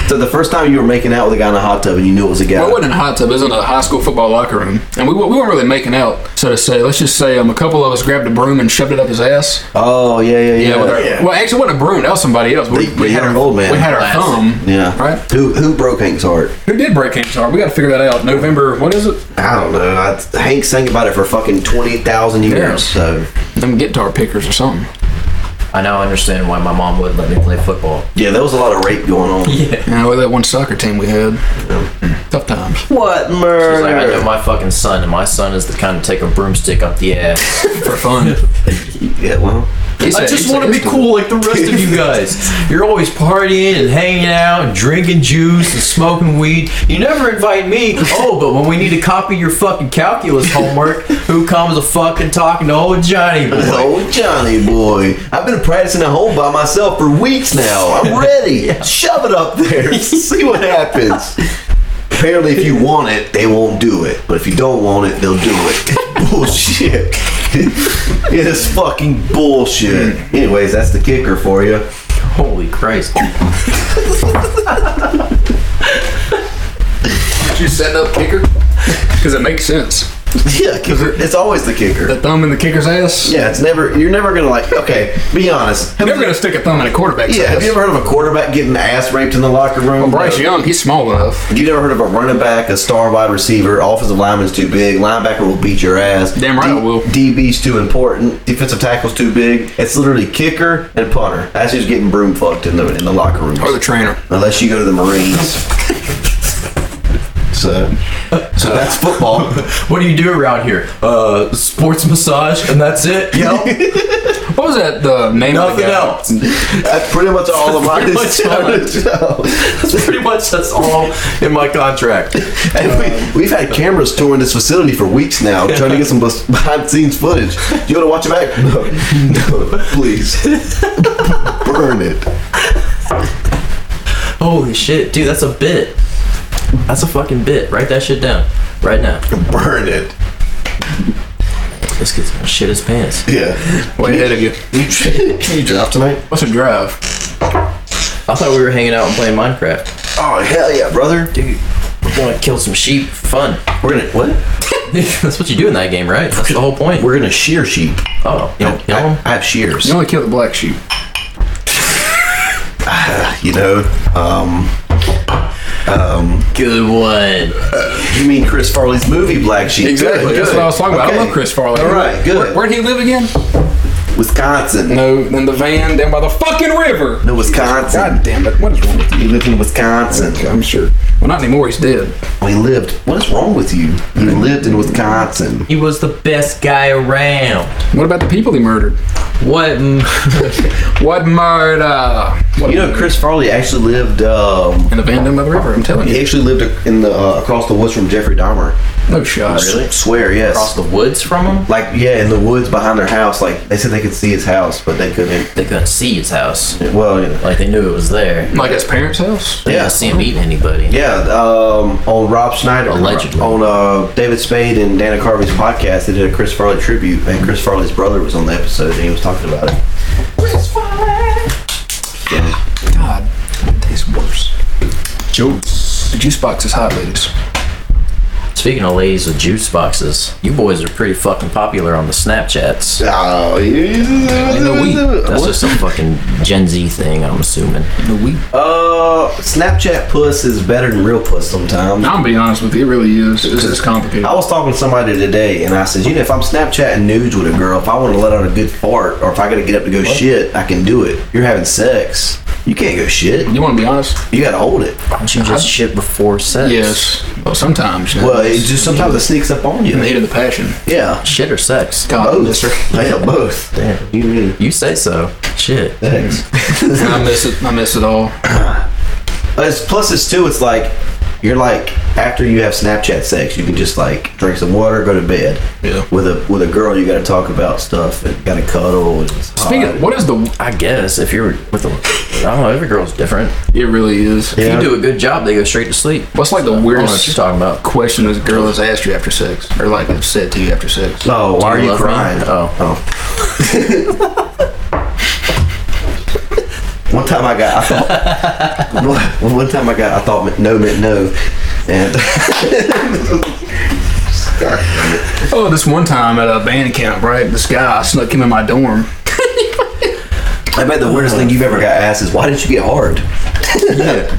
so the first time you were making out with a guy in a hot tub and you knew it was a guy. Well, I wasn't in a hot tub. It was in a high school football locker room, and we, wa- we weren't really making out, so to say. Let's just say um, a couple of us grabbed a broom and shoved it up his ass. oh yeah, yeah, yeah. Yeah, with our, well, actually, it wasn't a broom. That was somebody else. We, They- we they had had our an old man. We had our Classic. thumb. Yeah. Right. Who who broke Hank's heart? Who did break Hank's heart? We got to figure that out. November. What is it? I don't know. I, Hank sang about it for fucking twenty thousand years. Yeah. So Them guitar pickers or something. I now understand why my mom wouldn't let me play football. yeah, there was a lot of rape going on. Yeah. You know, with that one soccer team we had. Tough times. What It's like, I murder? know my fucking son, and my son is the kind to take a broomstick up the ass. For fun. yeah, well, I just want to be cool like the rest of you guys. You're always partying and hanging out and drinking juice and smoking weed. You never invite me. Oh, but when we need to copy your fucking calculus homework, who comes a fucking talking to old Johnny boy? oh Johnny boy, I've been practicing at home by myself for weeks now. I'm ready. Shove it up there. See what happens. Apparently, if you want it, they won't do it. But if you don't want it, they'll do it. bullshit. Hmm. it is fucking bullshit. Anyways, that's the kicker for you. Holy Christ. Did you set up kicker? Because it makes sense. Yeah, kicker. It's always the kicker. The thumb in the kicker's ass. Yeah, it's never. You're never gonna like. Okay, be honest. You're never gonna stick a thumb in a quarterback's Yeah, ass. have you ever heard of a quarterback getting ass raped in the locker room? Oh, Bryce Young, he's small enough. You never heard of a running back, a star wide receiver, offensive lineman's too big, linebacker will beat your ass. Damn right I will. DB's too important, defensive tackle's too big. It's literally kicker and punter. That's who's getting broom fucked in the in the locker room. Or the trainer. Unless you go to the Marines. so, so that's football. What do you do around here? Uh, sports massage, and that's it. Yep, What was that the name of the Nothing guy? else. that's pretty much all of mine. Pretty much is- That's pretty much that's all in my contract. Um, And we, we've had cameras touring this facility for weeks now, trying to get some behind the scenes footage. Do you want to watch it back? No, no, please, burn it. Holy shit, dude, that's a bit. That's a fucking bit. Write that shit down right now. burn it. This kid's gonna shit his pants. Yeah. Way ahead of you. Can you drop tonight? What's a drive? I thought we were hanging out and playing Minecraft. Oh hell yeah, brother! Dude, we're gonna kill some sheep. for Fun. We're gonna what? that's what you do in that game, right? That's the whole point. We're gonna shear sheep. Uh, oh, you don't kill I, 'em? I have shears. You only kill the black sheep. You know. Um. Good one. You mean Chris Farley's movie Black Sheep? Good, That's good. what I was talking about. Okay. I love Chris Farley. All right, good. Where'd he live again? Wisconsin. No, in the van down by the fucking river. No, Wisconsin. God damn it. What is wrong with you? He lived in Wisconsin. I'm sure. Well, not anymore. He's dead. He lived. What is wrong with you? He lived in Wisconsin. He was the best guy around. What about the people he murdered? What? mm, What murder? What You know, Chris Farley actually lived. Um, in the van down by the river. I'm telling he you. actually lived in the uh, across the woods from Jeffrey Dahmer. No shot. Oh, Really? Swear, yes. Across the woods from him? like yeah, in the woods behind their house. Like they said they could see his house, but they couldn't. They couldn't see his house. Well, yeah, Like they knew it was there. Like his parents' house? They Yeah. didn't see him eating anybody. yeah um, on Rob Schneider, Allegedly. on uh, David Spade and Dana Carvey's podcast, they did a Chris Farley tribute, and Chris Farley's brother was on the episode, and he was talking about it. God, it tastes worse. Juice. The juice box is hot, ladies. Speaking of ladies with juice boxes, you boys are pretty fucking popular on the Snapchats. Oh, That's just some fucking Gen Z thing, I'm assuming. The wheat. uh, Snapchat puss is better than real puss sometimes. I'm gonna be honest with you. It really is. It's just complicated. I was talking to somebody today, and I said, you know, if I'm Snapchatting nudes with a girl, if I want to let out a good fart, or if I gotta get up to go shit, I can do it. You're having sex, you can't go shit. You want to be honest? You gotta hold it. Don't you just shit before sex? Well, sometimes. you know, Well, it it's just sometimes it sneaks up on in the you. heat of the passion. Yeah, Shit or sex? God, both. mister. Yeah, both. Damn. You mean You say so. Shit. thanks? I miss it. I miss it all. It's pluses too. It's like you're like after you have Snapchat sex, you can just like drink some water, go to bed. Yeah. With a with a girl, you gotta talk about stuff and gotta cuddle. And it's Speaking hot. of, what is the? I guess if you're with a, I don't know, every girl's different. It really is. Yeah. If you do a good job, they go straight to sleep. What's like the I don't know what weirdest you're talking about? question this girl has asked you after sex, or like have said to you after sex? oh, why Do are you you love me? crying? Oh. oh. one time I got, I thought. one- one time I got, I thought no meant no, and. Oh, this one time at a band camp, right? This guy snuck him in my dorm. I bet the weirdest thing you've ever got asked is why did you get hard? I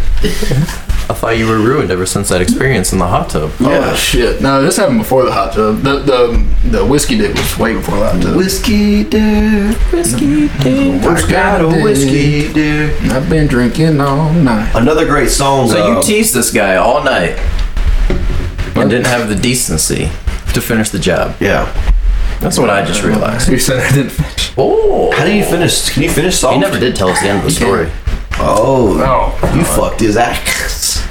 thought you were ruined ever since that experience in the hot tub. Oh shit! No, this happened before the hot tub. The the the whiskey dick was way before the hot tub. Whiskey dude, whiskey dude. I got a whiskey dude. I've been drinking all night. Another great song. So uh, you teased this guy all night and didn't have the decency to finish the job. yeah. That's what I just realized. You said I didn't finish. Oh, How do you finish? Can you finish song? He never did tell us the end of the story. Oh, Oh. you fucked his ass.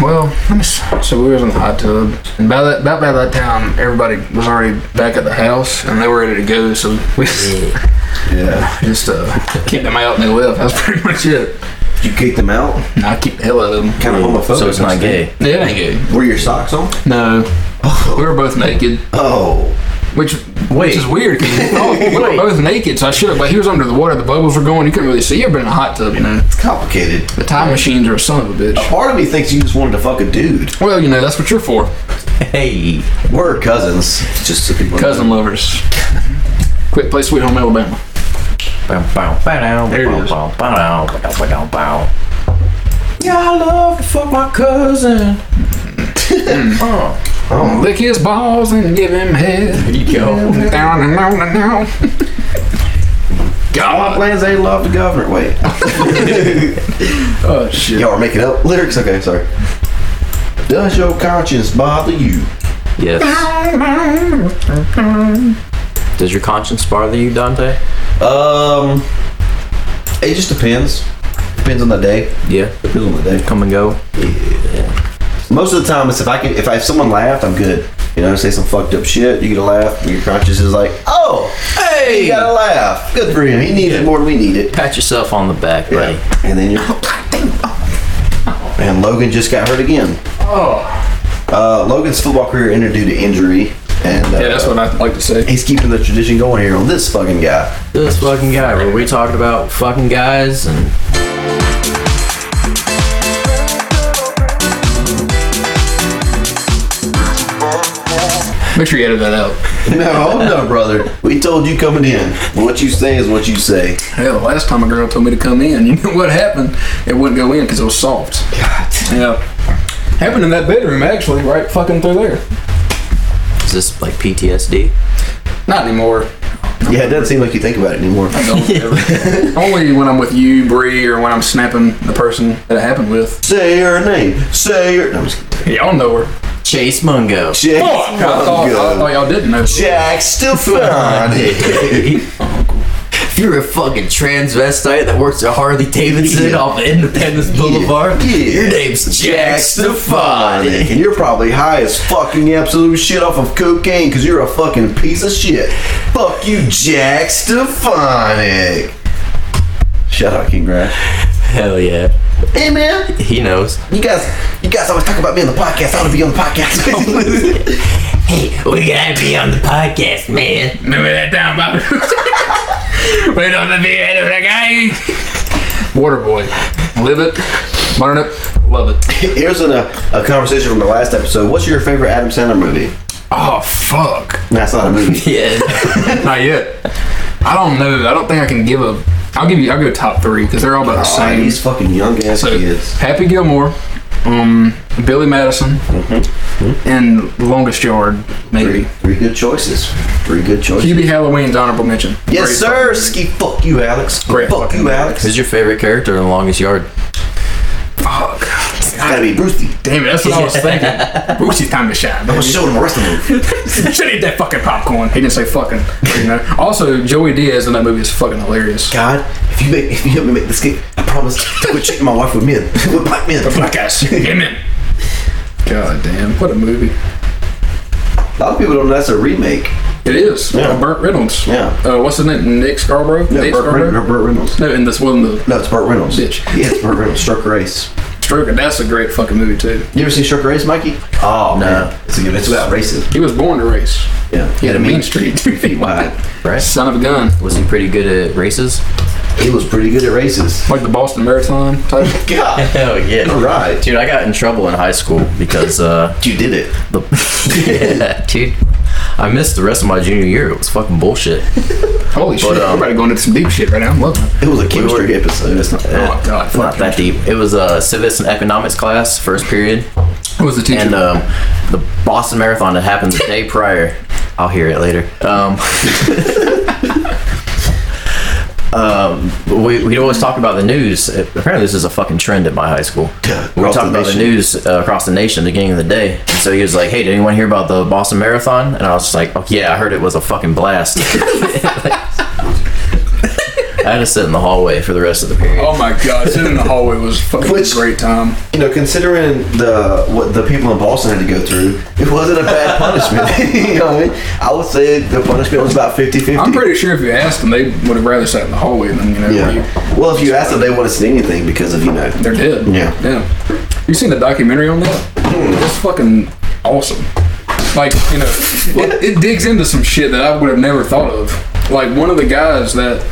Well, let me s- so we was in the hot tub, and by that about by that time, everybody was already back at the house, and they were ready to go. So we Yeah. just uh, kicked them out and they left. That's pretty much it. You kicked him out. And I kicked the hell out of them. Kind of homophobic. So it's not gay. It ain't good. Were your socks on? No, we were both naked, Oh, which Wait. Which is weird because we were both naked, so I should have. But he was under the water, the bubbles were going, you couldn't really see. You've been in a hot tub, you know. It's complicated. The time machines are a son of a bitch. Part of me thinks you just wanted to fuck a dude. Well, you know that's what you're for, Hey, We're cousins. Just so people cousin lovers. Quick, play Sweet Home Alabama. bow, bow, bow, There it bow, is. bow, bow, bow, bow, bow, bow. Yeah, I love to fuck my cousin. oh, Lick his balls and give him head. there you go. Down and down and down. All my God. plans they love the governor. Wait. Oh shit. Y'all are making up lyrics? Okay, sorry. Does your conscience bother you? Yes. Does your conscience bother you, Dante? Um, it just depends. Depends on the day. Yeah. Depends on the day. Come and go. Most of the time, it's if I can, if I if someone laughed, I'm good. You know, say some fucked up shit, you get a laugh, and your conscience is like, oh, hey, you got a laugh. Good for him. He needs it more than we need it. Pat yourself on the back, buddy. And then you're, and Logan just got hurt again. Oh. Uh, Logan's football career ended due to injury, and uh, Yeah, that's what I like to say. he's keeping the tradition going here on this fucking guy. This fucking guy. Were we talking about fucking guys and Make sure you edit that out. No, no, brother. We told you coming in. What you say is what you say. Hell, last time a girl told me to come in, you know what happened? It wouldn't go in because it was soft. Yeah. Happened in that bedroom, actually, right fucking through there. is this like PTSD? Not anymore. Yeah, it doesn't seem like you think about it anymore. Don't ever. Only when I'm with you, Bree, or when I'm snapping the person that it happened with. Say her name. Say her. No, I'm just Y'all know her. Chase Mungo. Jack. Fuck! I thought, I thought y'all didn't know. Jack Stefani. If you're a fucking transvestite that works at Harley Davidson Yeah. off Independence Boulevard, your name's Jack Stefani. And you're probably high as fucking absolute shit off of cocaine because you're a fucking piece of shit. Fuck you, Jack Stefanik. Shout out, King Grash. Hell yeah. Hey, man. He knows. You guys, you guys always talk about me on the podcast. I want to be on the podcast. Hey, we gotta be on the podcast, man. Remember that time, Bobby? we don't have to be ahead of that guy. Waterboy. Live it, learn it, love it. Here's an, uh, a conversation from the last episode. What's your favorite Adam Sandler movie? Oh, fuck. That's not a movie. Yeah. Not yet. I don't know. I don't think I can give a. I'll give you. I'll go top three because they're all about the Oh, same. these fucking young ass So kids. Happy Gilmore, um, Billy Madison, Mm-hmm. and Longest Yard, Three, maybe. three good choices. Three good choices. QB Halloween's honorable mention. Yes, Great sir. Ski, fuck you, Alex. Great fuck fucking you, Alex. Who's your favorite character in Longest Yard? Fuck. It's gotta be Brucey. Damn it, that's what I was thinking. Brucey's time to shine. I'm gonna show them the rest of them. Should eat that fucking popcorn. He didn't say fucking. but, You know. Also, Joey Diaz in that movie is fucking hilarious. God, if you make, if you help me make this cake, I promise to quit cheating my wife with men, with black men. Black ass. Amen. God damn, what a movie. A lot of people don't know that's a remake. It is. Yeah. Yeah. Burt Reynolds. Yeah, Uh, what's his name? Nick Scarborough? no, Nick Burt, Ren- no, Burt Reynolds. No, in this one, the No, it's Burt Reynolds. Bitch. Yeah, it's Burt Reynolds. Struck Race. stroke. That's a great fucking movie too. You ever seen Struck Race, Mikey? Oh man, it's, a good, it's about racing. He was born to race. Yeah, He had a mean streak. Two feet Wow. Right? Son of a gun. Was he pretty good at races? He was pretty good at races. Like the Boston Marathon type. God, Hell all yeah. right, Dude, I got in trouble in high school because, uh, you did it. the. yeah, dude. I missed the rest of my junior year. It was fucking bullshit. Holy um, shit. We're about to go into some deep shit right now. I'm loving it. It was a chemistry episode. It's not. Oh my god. It's not Fuck. that deep. It was a civics and economics class, first period, Who was the teacher? uh, and um, the Boston Marathon that happened the day prior. I'll hear it later. Um, um, we we always talk about the news. Apparently, this is a fucking trend at my high school. We were Across the talking about the nation. news uh, across the nation at the beginning of the day. And so he was like, "Hey, did anyone hear about the Boston Marathon?" And I was just like, "Oh yeah, I heard it was a fucking blast." I had to sit in the hallway for the rest of the period. oh my god. Sitting in the hallway was fucking Which- great time. You know, considering the what the people in Boston had to go through, it wasn't a bad punishment. you know what I mean? I would say the punishment was about 50-50. I'm pretty sure if you asked them, they would have rather sat in the hallway than, you know, Yeah. you, Well, if you asked them, they wouldn't say anything because of you know. they're dead. Yeah. Yeah. You seen the documentary on that? It's fucking awesome. Like you know, it, it digs into some shit that I would have never thought of. Like one of the guys that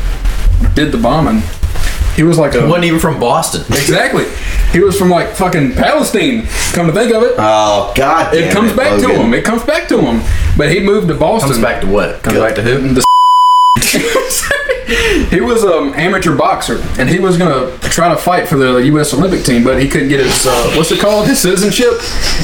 did the bombing, he was like a wasn't even from Boston. exactly. He was from like fucking Palestine. Come to think of it, Oh God! it damn Oh, comes back to Logan. him. It comes back to him. But he moved to Boston. Comes back to what? Comes back to who? The he was um, amateur boxer, and he was gonna try to fight for the U.S. Olympic team, but he couldn't get his uh, what's it called, his citizenship.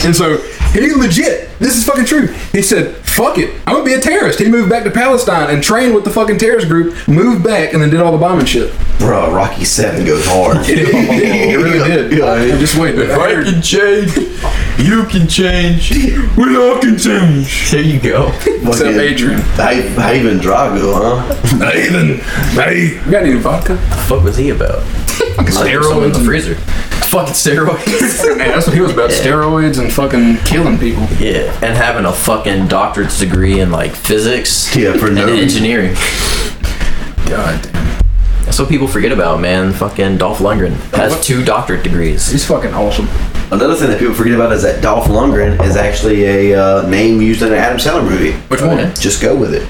And so he legit, this is fucking true. He said, "Fuck it, I'm gonna be a terrorist." He moved back to Palestine and trained with the fucking terrorist group, moved back, and then did all the bombing shit. Bro, Rocky Seven goes hard. He really did. Yeah. Just wait. change. You can change. we all can change. There you go. Except Fucking- Adrian. Hy- Hyven Drago, huh? Nathan, hey, you got any vodka? What was he about? Steroids in the freezer. Fucking steroids. Man, that's what he was about. Steroids and fucking killing people. yeah, and having a fucking doctorate's degree in like physics. Yeah, for and no reason. engineering. God damn. That's what people forget about, man. Fucking Dolph Lundgren has two doctorate degrees. He's fucking awesome. Another thing that people forget about is that Dolph Lundgren is actually a uh, name used in an Adam Sandler movie. Which Okay. Just go with it.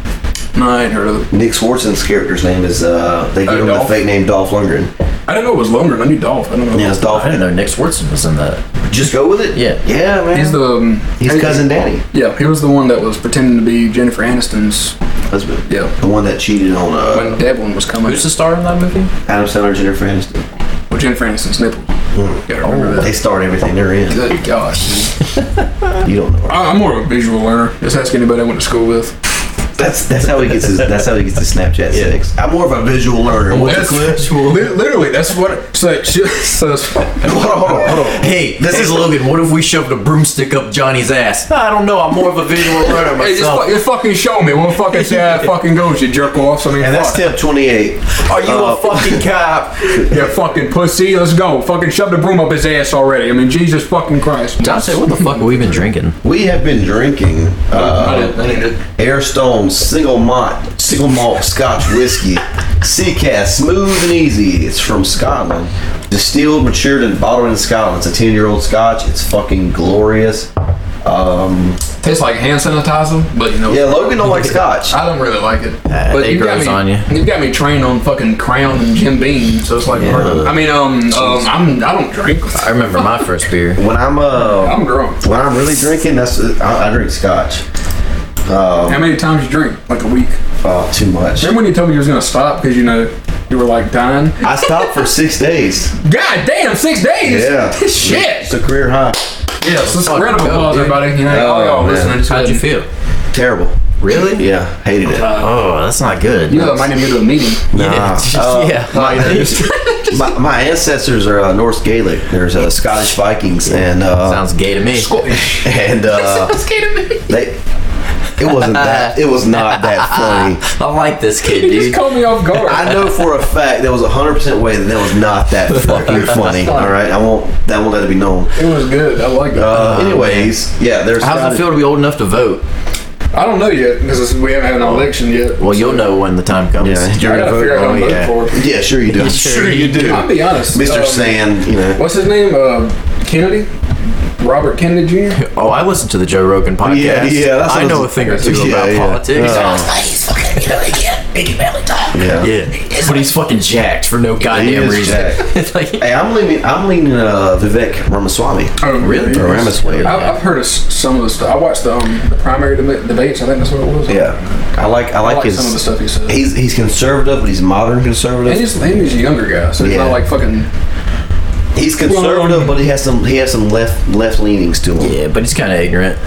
No, I ain't heard of it. Nick Swartzen's character's name is uh, they give Oh, him the Dolph? fake name Dolph Lundgren. I didn't know it was Lundgren. I knew Dolph. I don't know. Yeah, it's I didn't Dolph. know Nick Swartzen was in that. Just go with it. Yeah. yeah, man. He's the um, He's hey, cousin Danny. Yeah, he was the one that was pretending to be Jennifer Aniston's Husband. Yeah. The one that cheated on uh, when Devlin was coming. Who's the star in that movie? Adam Sandler, Jennifer Aniston. Well, Jennifer Aniston's nipple. Hmm. Gotta remember They that. start everything they're in. Good gosh. You don't know. I- I'm more of a visual learner. Just ask anybody I went to school with. That's that's how he gets his that's how he gets his Snapchat sex. I'm more of a visual learner. What's That's- a clip? li- Literally, that's what. So, like, she, so it's- Hold on, hold on, hold on. Hey, this is Logan. What if we shoved a broomstick up Johnny's ass? I don't know. I'm more of a visual learner hey, just, fu- just fucking show me. We'll fucking see how it fucking goes, you jerk off. I mean, And that's fuck. tip 28. Are you Uh, a fucking cop? You fucking pussy. Let's go. Fucking shove the broom up his ass already. I mean, Jesus fucking Christ. John said, "What the fuck have we been drinking?" We have been drinking uh, Air Stone single malt, single malt Scotch whiskey, Seacast, smooth and easy. It's from Scotland, distilled, matured, and bottled in Scotland. It's a ten-year-old Scotch. It's fucking glorious. Um, Tastes like hand sanitizer, but you know. yeah, Logan don't like Scotch. I don't really like it. Uh, it grows got on me, you. have got me trained on fucking Crown and Jim Beam, so it's like, I mean, um, um, I'm I don't drink. I remember my first beer. When I'm uh, I'm drunk. when I'm really drinking, that's I, I drink Scotch. How many times you drink? Like a week. Oh, too much. Remember when you told me you was gonna stop because you know you were like dying? I stopped for six days. God damn, six days. Yeah. Shit. It's a career high. Yeah. So it's Fuck, round of go, applause, dude. everybody. You know, Oh, all y'all man. listening. just How'd you wouldn't- feel? Terrible. Really? Yeah, hated it. Oh, that's not good. You know, I might even go to a meeting. yeah. Uh, yeah. My, uh, my, my ancestors are uh, Norse Gaelic. There's uh, Scottish Vikings, and uh, Sounds gay to me. and uh, they. It wasn't that. It was not that funny. I like this You kid, just dude. called me off guard. I know for a fact that was hundred percent way that that was not that fucking funny. All right, I won't. That won't let it be known. it was good. I like it. Uh, anyways, yeah, there's. How does Oh, it feel to be old enough to vote? I don't know yet because we haven't had an election yet. Well, you'll know when the time comes. Yeah, you're I gonna gotta vote. figure out Oh, who I'm yeah. voting for. yeah, sure you do. Sure you do. I'll be honest, Mr. um, Sand. You know. What's his name? Uh, Kennedy? Robert Kennedy Jr.? Oh, I listen to the Joe Rogan podcast. Yeah, yeah, that's I what know a it's- thing or two yeah, about yeah. politics. Yeah. Yeah, but he's fucking jacked for no He goddamn is reason. jacked. It's like, Hey, I'm leaning. I'm leaning uh, Vivek Ramaswamy. Oh, Really? Or Ramaswamy. I, I've heard of s- some of the stuff. I watched the, um, the primary deba- debates. I think that's what it was. Yeah, I like I I like, like his. some of the stuff he said. He's he's conservative, but he's modern and conservative. he's, and he's a younger guy, so he's Yeah. not like fucking. He's conservative, but he has some he has some left left leanings to him. yeah, but he's kind of ignorant.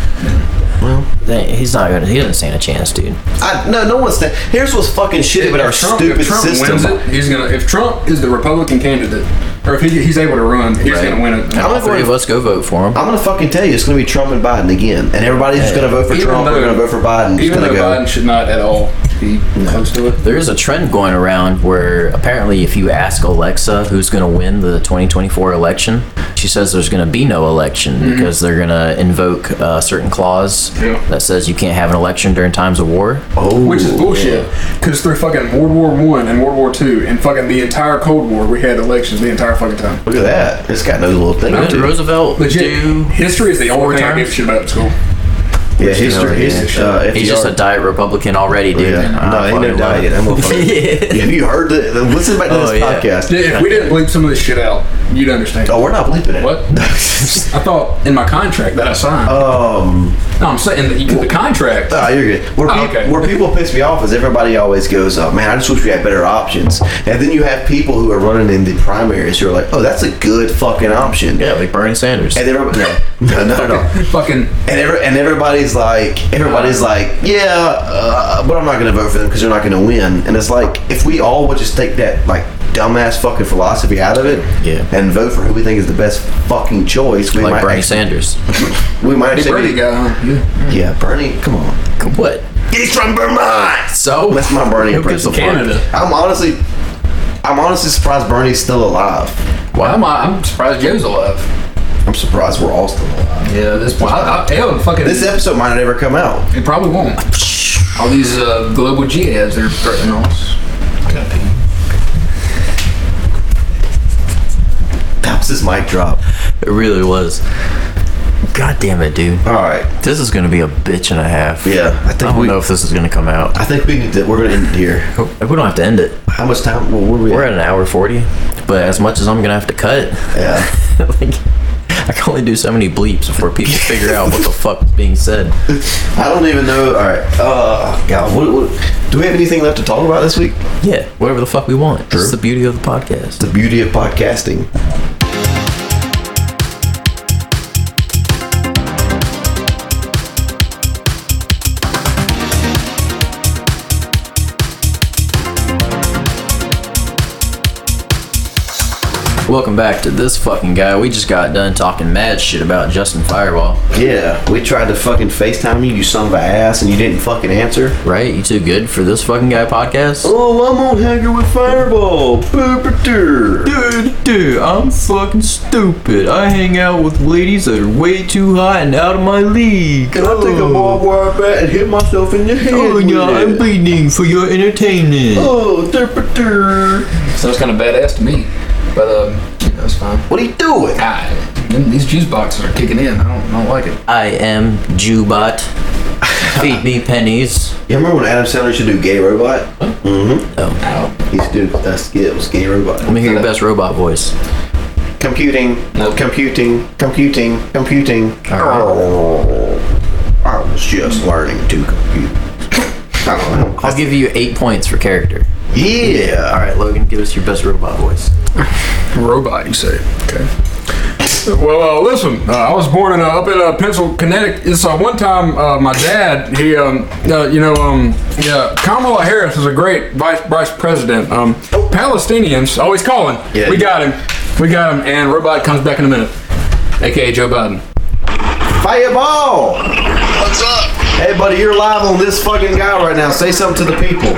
Well, he's not gonna. He doesn't stand a chance, dude. I, no, no one's that. Here's what's fucking shitty about our stupid if Trump system. wins it, he's gonna. If Trump is the Republican candidate, or if he, he's able to run, he's Right. gonna win it. I'm All gonna, three of go- us go vote for him. I'm gonna fucking tell you, it's gonna be Trump and Biden again, and everybody's just gonna vote for Even Trump. though- We're gonna vote for Biden. It's Even though gonna go. Biden should not at all be close to it. There is a trend going around where apparently, if you ask Alexa who's going to win the 2024 election, she says there's going to be no election Mm-hmm. because they're going to invoke a certain clause Yeah. that says you can't have an election during times of war. Oh, Which is bullshit, because through fucking World War One and World War Two and fucking the entire Cold War, we had elections the entire fucking time. look at that. It's got no little thing. Didn't to it. Roosevelt Legit, do history is the only four thing I times? give a shit about at school. Yeah, history. Yeah. history uh, FDR. He's just a diet Republican already, dude. Yeah. I no, fucking love ain't no diet. it. That motherfucker. Yeah. Have you heard the, the- Listen back to Oh, this yeah. podcast. Yeah, if we didn't bleep some of this shit out, you'd understand. Oh, we're not bleeping it. What? I thought in my contract that I signed. Um, no, I'm saying that you, the contract. ah, you're good. Where, Oh, peop- okay. where people piss me off is everybody always goes, oh, man, I just wish we had better options. And then you have people who are running in the primaries who are like, oh, that's a good fucking option. Yeah, like Bernie Sanders. And everybody, no, no, no, no. Fucking And, every, and everybody's like, everybody's like, yeah, uh, but I'm not going to vote for them because they're not going to win. And it's like, if we all would just take that like dumbass fucking philosophy out of it, Yeah. and vote for who we think is the best fucking choice, we like might Bernie actually- Sanders. we might Big actually Birdie guy. huh? Yeah. Yeah, Bernie, come on. what? He's from Vermont. So That's my Bernie Who gives impression. a fuck? Canada. I'm honestly, I'm honestly surprised Bernie's still alive. Why am I? I'm surprised Joe's alive. I'm surprised we're all still alive. Yeah, at this point, I, I, hell, fucking, This episode might not ever come out. it probably won't. All these uh, global jihads that are threatening us. That was his mic drop. It really was. God damn it, dude. All right. This is gonna be a bitch and a half. Yeah, I, I think don't we- know if this is gonna come out. I think we need to. We're gonna end it here. We don't have to end it. How much time? Well, where we? We're at an hour forty, but as much as I'm gonna have to cut, Yeah. like I can only do so many bleeps before people figure out what the fuck is being said. I don't even know. All right. Uh, God, what, what, do we have anything left to talk about this week? Yeah, whatever the fuck we want. This is the beauty of the podcast. The beauty of podcasting. Welcome back to this fucking guy. We just got done talking mad shit about Justin Fireball. Yeah, we tried to fucking FaceTime you, you son of a ass, and you didn't fucking answer. Right? You too good for this fucking guy podcast? Oh, I'm on Hanger with Fireball. Pooper Dude, dude, I'm fucking stupid. I hang out with ladies that are way too hot and out of my league. Can I take Oh. a barbed wire bat and hit myself in the head? with it? bleeding for your entertainment. Oh, derpader. Sounds kind of badass to me, but um, that's fine. What are you doing? God, them- these juice boxes are kicking in. I don't, I don't like it. I am Jubot. Feed me pennies. You remember when Adam Sandler should do Gay Robot? Mm-hmm. Oh, Ow. He used to do that skit. It was uh, Gay Robot. Let me hear your best robot voice. Computing. Nope. Computing. Computing. Computing. Oh, I was just learning to compute. I don't know. I'll give you eight points for character. Yeah. All right, Logan, give us your best robot voice. Robot, you say? Okay. eh? Well, uh, listen. Uh, I was born in uh, up in uh, Pencil, Connecticut. It's uh, one time uh, my dad. He, um, uh, you know, um, yeah. Kamala Harris is a great vice vice president. Um, Palestinians always calling. Yeah. we got him. We got him. And robot comes back in a minute. AKA Joe Biden. Fireball. What's up? Hey, buddy, you're live on this fucking guy right now. Say something to the people.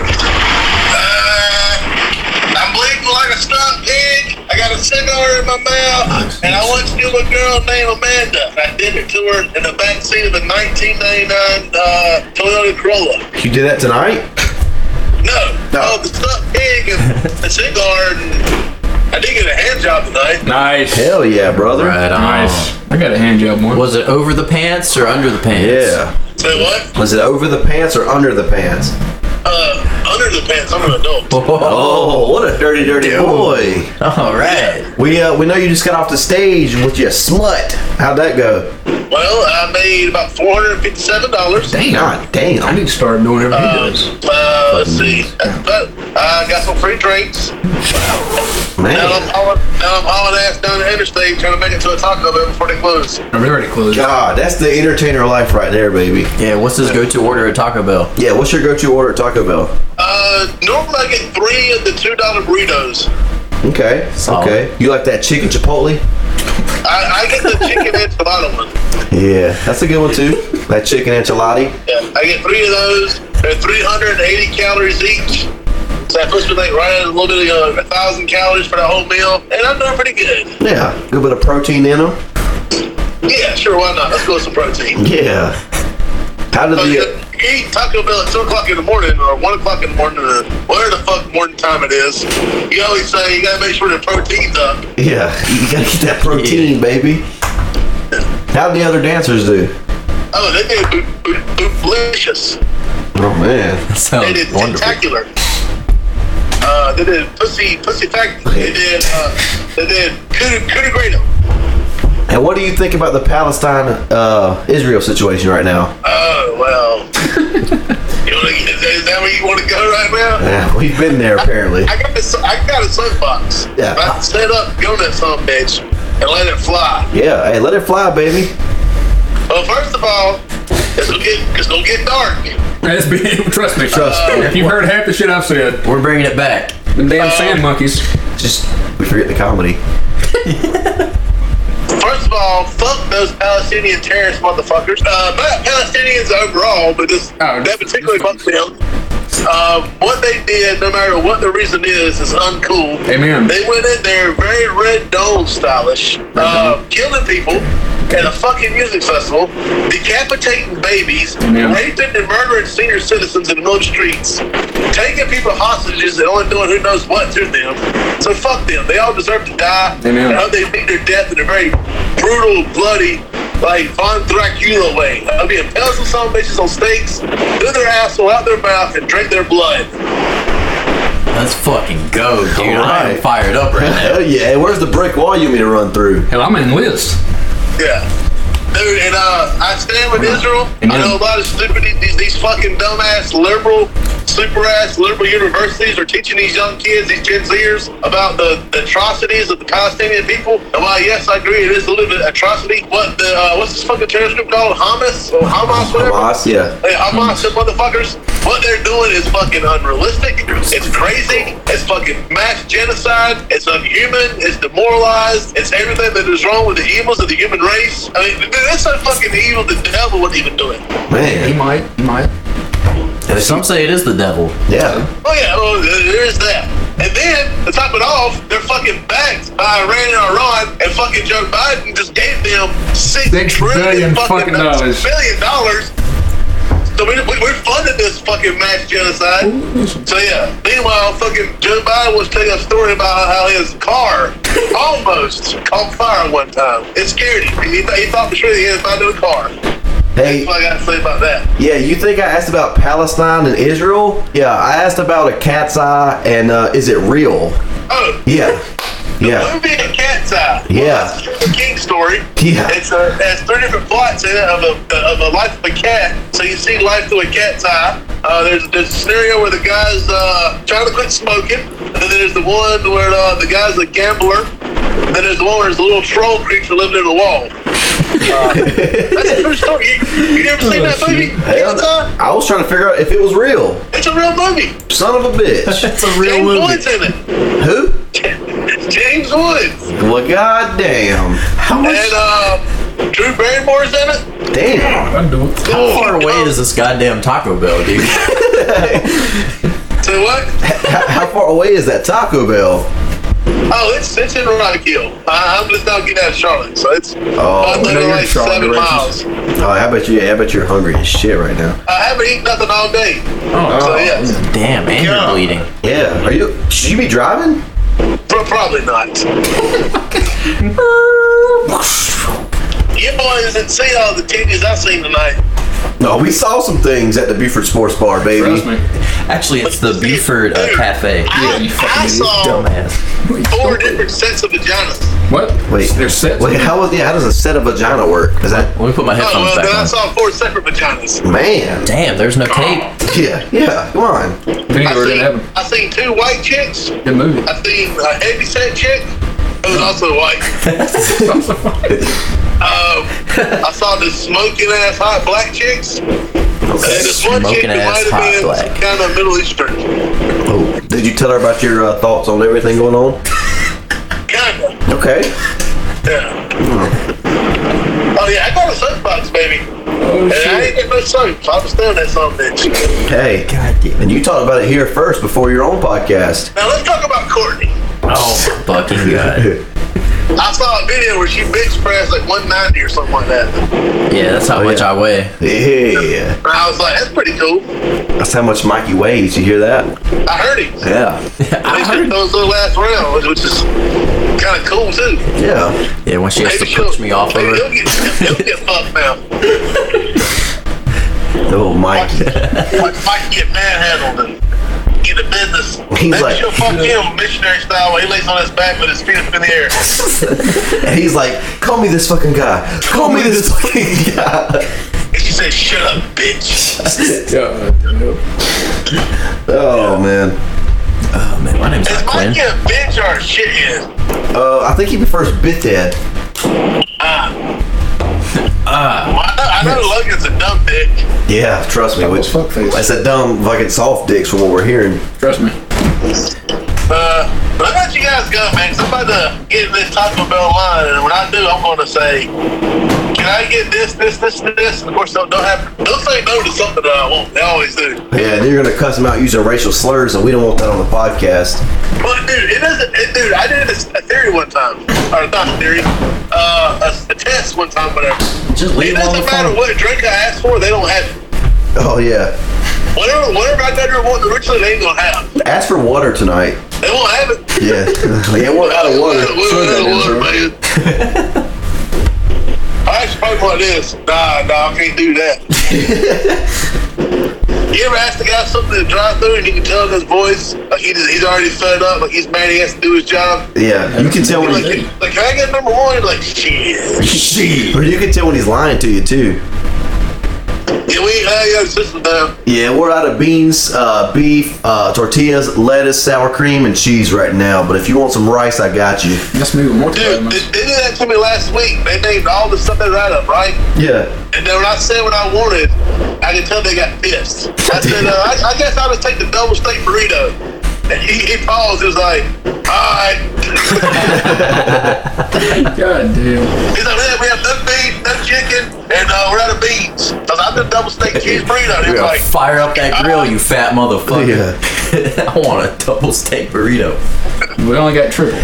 Uh, I'm bleeding like a strong pig. I got a cigar in my mouth, and I once knew a girl named Amanda. And I did it to her in the back seat of a 1999 uh, Toyota Corolla. You did that tonight? No, No. no, the stuffed pig and a cigar. And I did get a hand job tonight. Nice. Hell yeah, brother. Right on. Nice. I got a hand job one. Was it over the pants or under the pants? Yeah. Say what? Was it over the pants or under the pants? Uh, under the pants. I'm an adult. Oh, what a dirty, dirty boy. All right. We uh, we know you just got off the stage with your slut. How'd that go? Well, I made about $457. Damn. God I damn. need to start doing everything he Uh, does. uh, let's see. That's about- I got some free drinks. Now I'm Man. hauling, now I'm hauling ass down the interstate trying to make it to a Taco Bell before they close. I'm already closed. God, that's the entertainer life right there, baby. Yeah, what's his go to order at Taco Bell? Yeah, what's your go-to order at Taco Bell? Uh, normally I get three of the two dollar burritos. Okay. Solid. Okay. You like that chicken chipotle? I, I get the chicken enchilada one. Yeah, that's a good one too. That chicken enchilada. Yeah, I get three of those. They're 380 calories each. So that puts me like right at a little bit of a thousand calories for the whole meal, and I'm doing pretty good. Yeah, good bit of protein in them. Yeah, sure, why not? Let's go with some protein. Yeah. How did So you the can eat Taco Bell at two o'clock in the morning or one o'clock in the morning or whatever the fuck morning time it is. You always say you gotta make sure the protein's up. yeah? You gotta get that protein, baby. How did the other dancers do? Oh, they did bo- bo- booblicious. Oh man. They Sounds did wonderful. spectacular. Uh, they did pussy pussy fact. They did uh, they did coup coup de grace. And what do you think about the Palestine uh, Israel situation right now? Oh well. you wanna, is, that, is that where you want to go right now? Yeah, we've been there apparently. I got this. I got a soapbox. Yeah. I set up, go that some bitch, and let it fly. Yeah, hey, let it fly, baby. Well, first of all, it's gonna get it's gonna get dark. That's been, trust me. Trust me. If you've heard half the shit I've said, We're bringing it back. them damn sand monkeys. Just we forget the comedy. First of all, fuck those Palestinian terrorist motherfuckers. Uh, not Palestinians overall, but this Oh, that just- particular fuck just- them. Uh, what they did, no matter what the reason is, is uncool. Amen. They went in there very red dome stylish, uh, killing people at a fucking music festival, decapitating babies, Amen. raping and murdering senior citizens in the middle of the streets, taking people hostages and only doing who knows what to them. So fuck them. They all deserve to die. Amen. And I hope they meet their death in a very brutal, bloody, like Von Dracula way. Of being pencil some bitches on stakes, do their asshole out their mouth, and drink their blood. Let's fucking go, dude. I am Alright. fired up right now. Hell yeah. Where's the brick wall you want me to run through? Hell, I'm in Liz. Yeah. Dude, and uh, I stand with Israel. I know a lot of stupid, these, these fucking dumbass liberal, super ass liberal universities are teaching these young kids, these Gen Zers, about the, the atrocities of the Palestinian people. And while, yes, I agree, it is a little bit atrocity, what the, uh, what's this fucking terrorist group called? Hamas? Or Hamas, whatever? Hamas, yeah. Hey, I'm on some motherfuckers. What they're doing is fucking unrealistic. It's crazy. It's fucking mass genocide. It's unhuman. It's demoralized. It's everything that is wrong with the evils of the human race. I mean, dude, it's so fucking evil the devil would even do it. Man. might. He might. Some say it is the devil. Yeah. Oh yeah, oh, there- there is that. And then to top it off, they're fucking backed by Iran and Iran, and fucking Joe Biden just gave them six, Six billion fucking dollars. dollars. Billion dollars. So we, we, we funded this fucking mass genocide. So yeah. Meanwhile, fucking Joe Biden was telling a story about how his car almost caught fire one time. It scared him. He, he thought for sure he had a new car. Hey. That's what I got to say about that. Yeah, you think I asked about Palestine and Israel? Yeah, I asked about a cat's eye and uh, is it real? Oh, Yeah. Yeah. movie and Cat's Eye. Yeah. Well, it's a Stephen King story. Yeah. It's a, it has three different plots in it of a, of a life of a cat. So you see life through a cat's eye. Uh, there's, there's a scenario where the guy's uh, trying to quit smoking. And then there's the one where uh, the guy's a gambler. And then there's the one where there's a little troll creature living in the wall. Uh, that's a true story. You, you never seen that movie? Hell, Cat's Eye? I was trying to figure out if it was real. It's a real movie. Son of a bitch. It's a James Woods in it. Who? James Woods. Well, goddamn. How And uh, Drew Barrymore's in it. Damn. I'd do it. How far away is this goddamn Taco Bell, dude? Say what? How, how far away is that Taco Bell? Oh, it's it's in Rock Hill. I, I'm just now getting out of Charlotte, so it's Oh, I'm I know literally you're like in Charlotte seven directions. miles. Oh, I bet you. I bet you're hungry as shit right now. I haven't eaten nothing all day, so Oh, yes, Damn, and you're bleeding. Yeah. Are you? Should you be driving? pro- probably not. you boys didn't see all the titties I seen tonight. No, we saw some things at the Buford Sports Bar, baby. trust me. Actually, it's the Buford uh, Cafe. I, you fucking I idiot. saw Dumbass. four different sets of vaginas. What? Wait. They're set. Wait, how was? Yeah, how does a set of vagina work? Is that? Let me put my Oh headphones well, then I back on. saw four separate vaginas. Man. Damn, there's no tape. Yeah. Yeah. Come on. Vinny, I we're gonna have seen, him. I seen two white chicks. Good movie. I seen a heavy set chick. It Mm. was also white. Um, I saw this smoking ass hot black chicks. And this one chick Smoking who ass might hot have been black. some kind of Middle Eastern. Oh, did you tell her about your uh, thoughts on everything going on? Kinda. Okay. Yeah. Oh yeah, I got a soapbox, baby. Oh, and I ain't get no soap, so I'm still that some bitch. Hey. God damn. And you talked about it here first before your own podcast. Now let's talk about Courtney. Oh my fucking Oh, god. I saw a video where she bench pressed like 190 or something like that. Yeah, that's how much yeah. I weigh. Yeah. And I was like, that's pretty cool. That's how much Mikey weighs. You hear that? I heard it. Yeah. At I least heard. it those little last round, which is kind of cool too. Yeah. Yeah, when she has to she'll- push me off of maybe her. He'll get, he'll get fucked now. Oh, Mikey. Like Mike get manhandled and get a business. He's maybe like- she'll fuck him missionary style. While he lays on his back with his feet up in the air. And he's like, call me this fucking guy. Call me this fucking guy. And she says, "Shut up, bitch." Yeah. Oh, man. Oh man, my name's Is not Quinn. Mike a bitch or a shithead? Uh, I think he prefers Bit Dad. Well, I know, I know Logan's a dumb dick. Yeah, trust me. Those fuck faces. That's that dumb fucking soft dicks from what we're hearing. Trust me. Uh, but I let you guys go, man. 'cause I'm about to get in this Taco Bell line, and when I do, I'm going to say, "Can I get this, this, this, and this?" And of course, don't, don't have don't say no to something that I want. They always do. Yeah, and you're gonna cuss him out using racial slurs, and we don't want that on the podcast. But dude, it doesn't. It, dude, I did this, a theory one time, or not a theory, uh, a, a test one time, whatever. Just leave It him on doesn't the matter phone. what drink I ask for; they don't have it. Oh yeah, Whatever, whatever I never want originally, they ain't gonna have. it. ask for water tonight. They won't have it. Yeah, yeah, we're out of water. We're that out is, of water, man. I asked Pope like this. Nah, nah, I can't do that. you ever ask the guy something to drive through and you can tell in his voice, like he just, he's already fed up, like he's mad he has to do his job? Yeah, you can tell You're when Like, he's, like, can I get number one? Like, shit. or you can tell when he's lying to you too. Yeah, we uh, yeah, system down. Yeah, we're out of beans, uh, beef, uh, tortillas, lettuce, sour cream, and cheese right now. But if you want some rice, I got you. That's me with more Dude, they, commandments. they did that to me last week. They named all the stuff they write up, right? Yeah, And then when I said what I wanted, I could tell they got pissed. I said, uh, I, I guess I'll just take the double steak burrito. And he, he paused. He was like, all right. God damn. He's like, man, we have no beef, no chicken, and uh, we're out of beans. I was like, I'm the double steak cheese burrito. And he was Yeah. like, Fire up that grill, you fat motherfucker. I want a double steak burrito. We only got triple.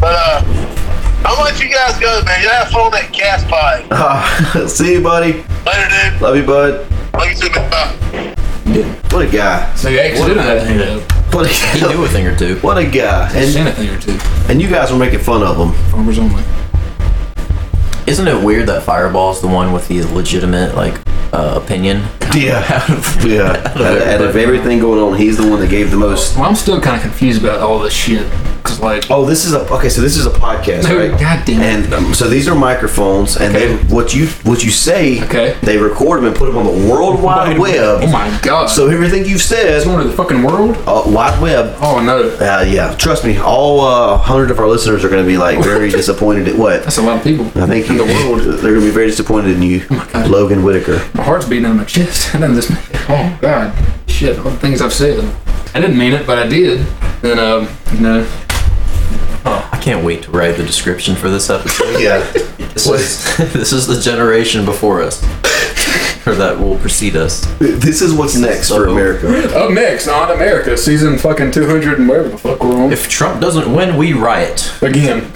but uh, I'm gonna let you guys go, man. You have fun on that gas pipe. Ah, see you, buddy. Later, dude. Love you, bud. Love you too, man. Bye. What a guy. So you actually didn't have anything. What He knew a a thing or two. what a guy. Seen And a thing or two. and you guys were making fun of him. Farmers only. Isn't it weird that Fireball's the one with the legitimate like uh, opinion? Yeah. Yeah, out of, out of everybody. everything going on, he's the one that gave the most. Well, I'm still kind of confused about all this shit. Cause like, Oh, this is a okay. So this is a podcast, No, right? goddamn it. And um, so these are microphones, and Okay. they what you what you say, Okay. they record them and put them on the world wide web. oh my god. So everything you've it's said, going to the fucking world. uh, wide web. Oh no, Uh, yeah, trust me, all uh, hundred of our listeners are going to be like very disappointed at what. that's a lot of people. I think in the world. Oh they're going to be very disappointed in you, God. Logan Whitaker. My heart's beating out of my chest. I done this. Oh god, shit! All the things I've said. I didn't mean it, but I did. And um, you know, I can't wait to write the description for this episode. Yeah, This is, this is the generation before us, or that will precede us. this is what's next for So- America. up next on America season fucking 200 and wherever the fuck we're on If Trump doesn't win, we riot. again.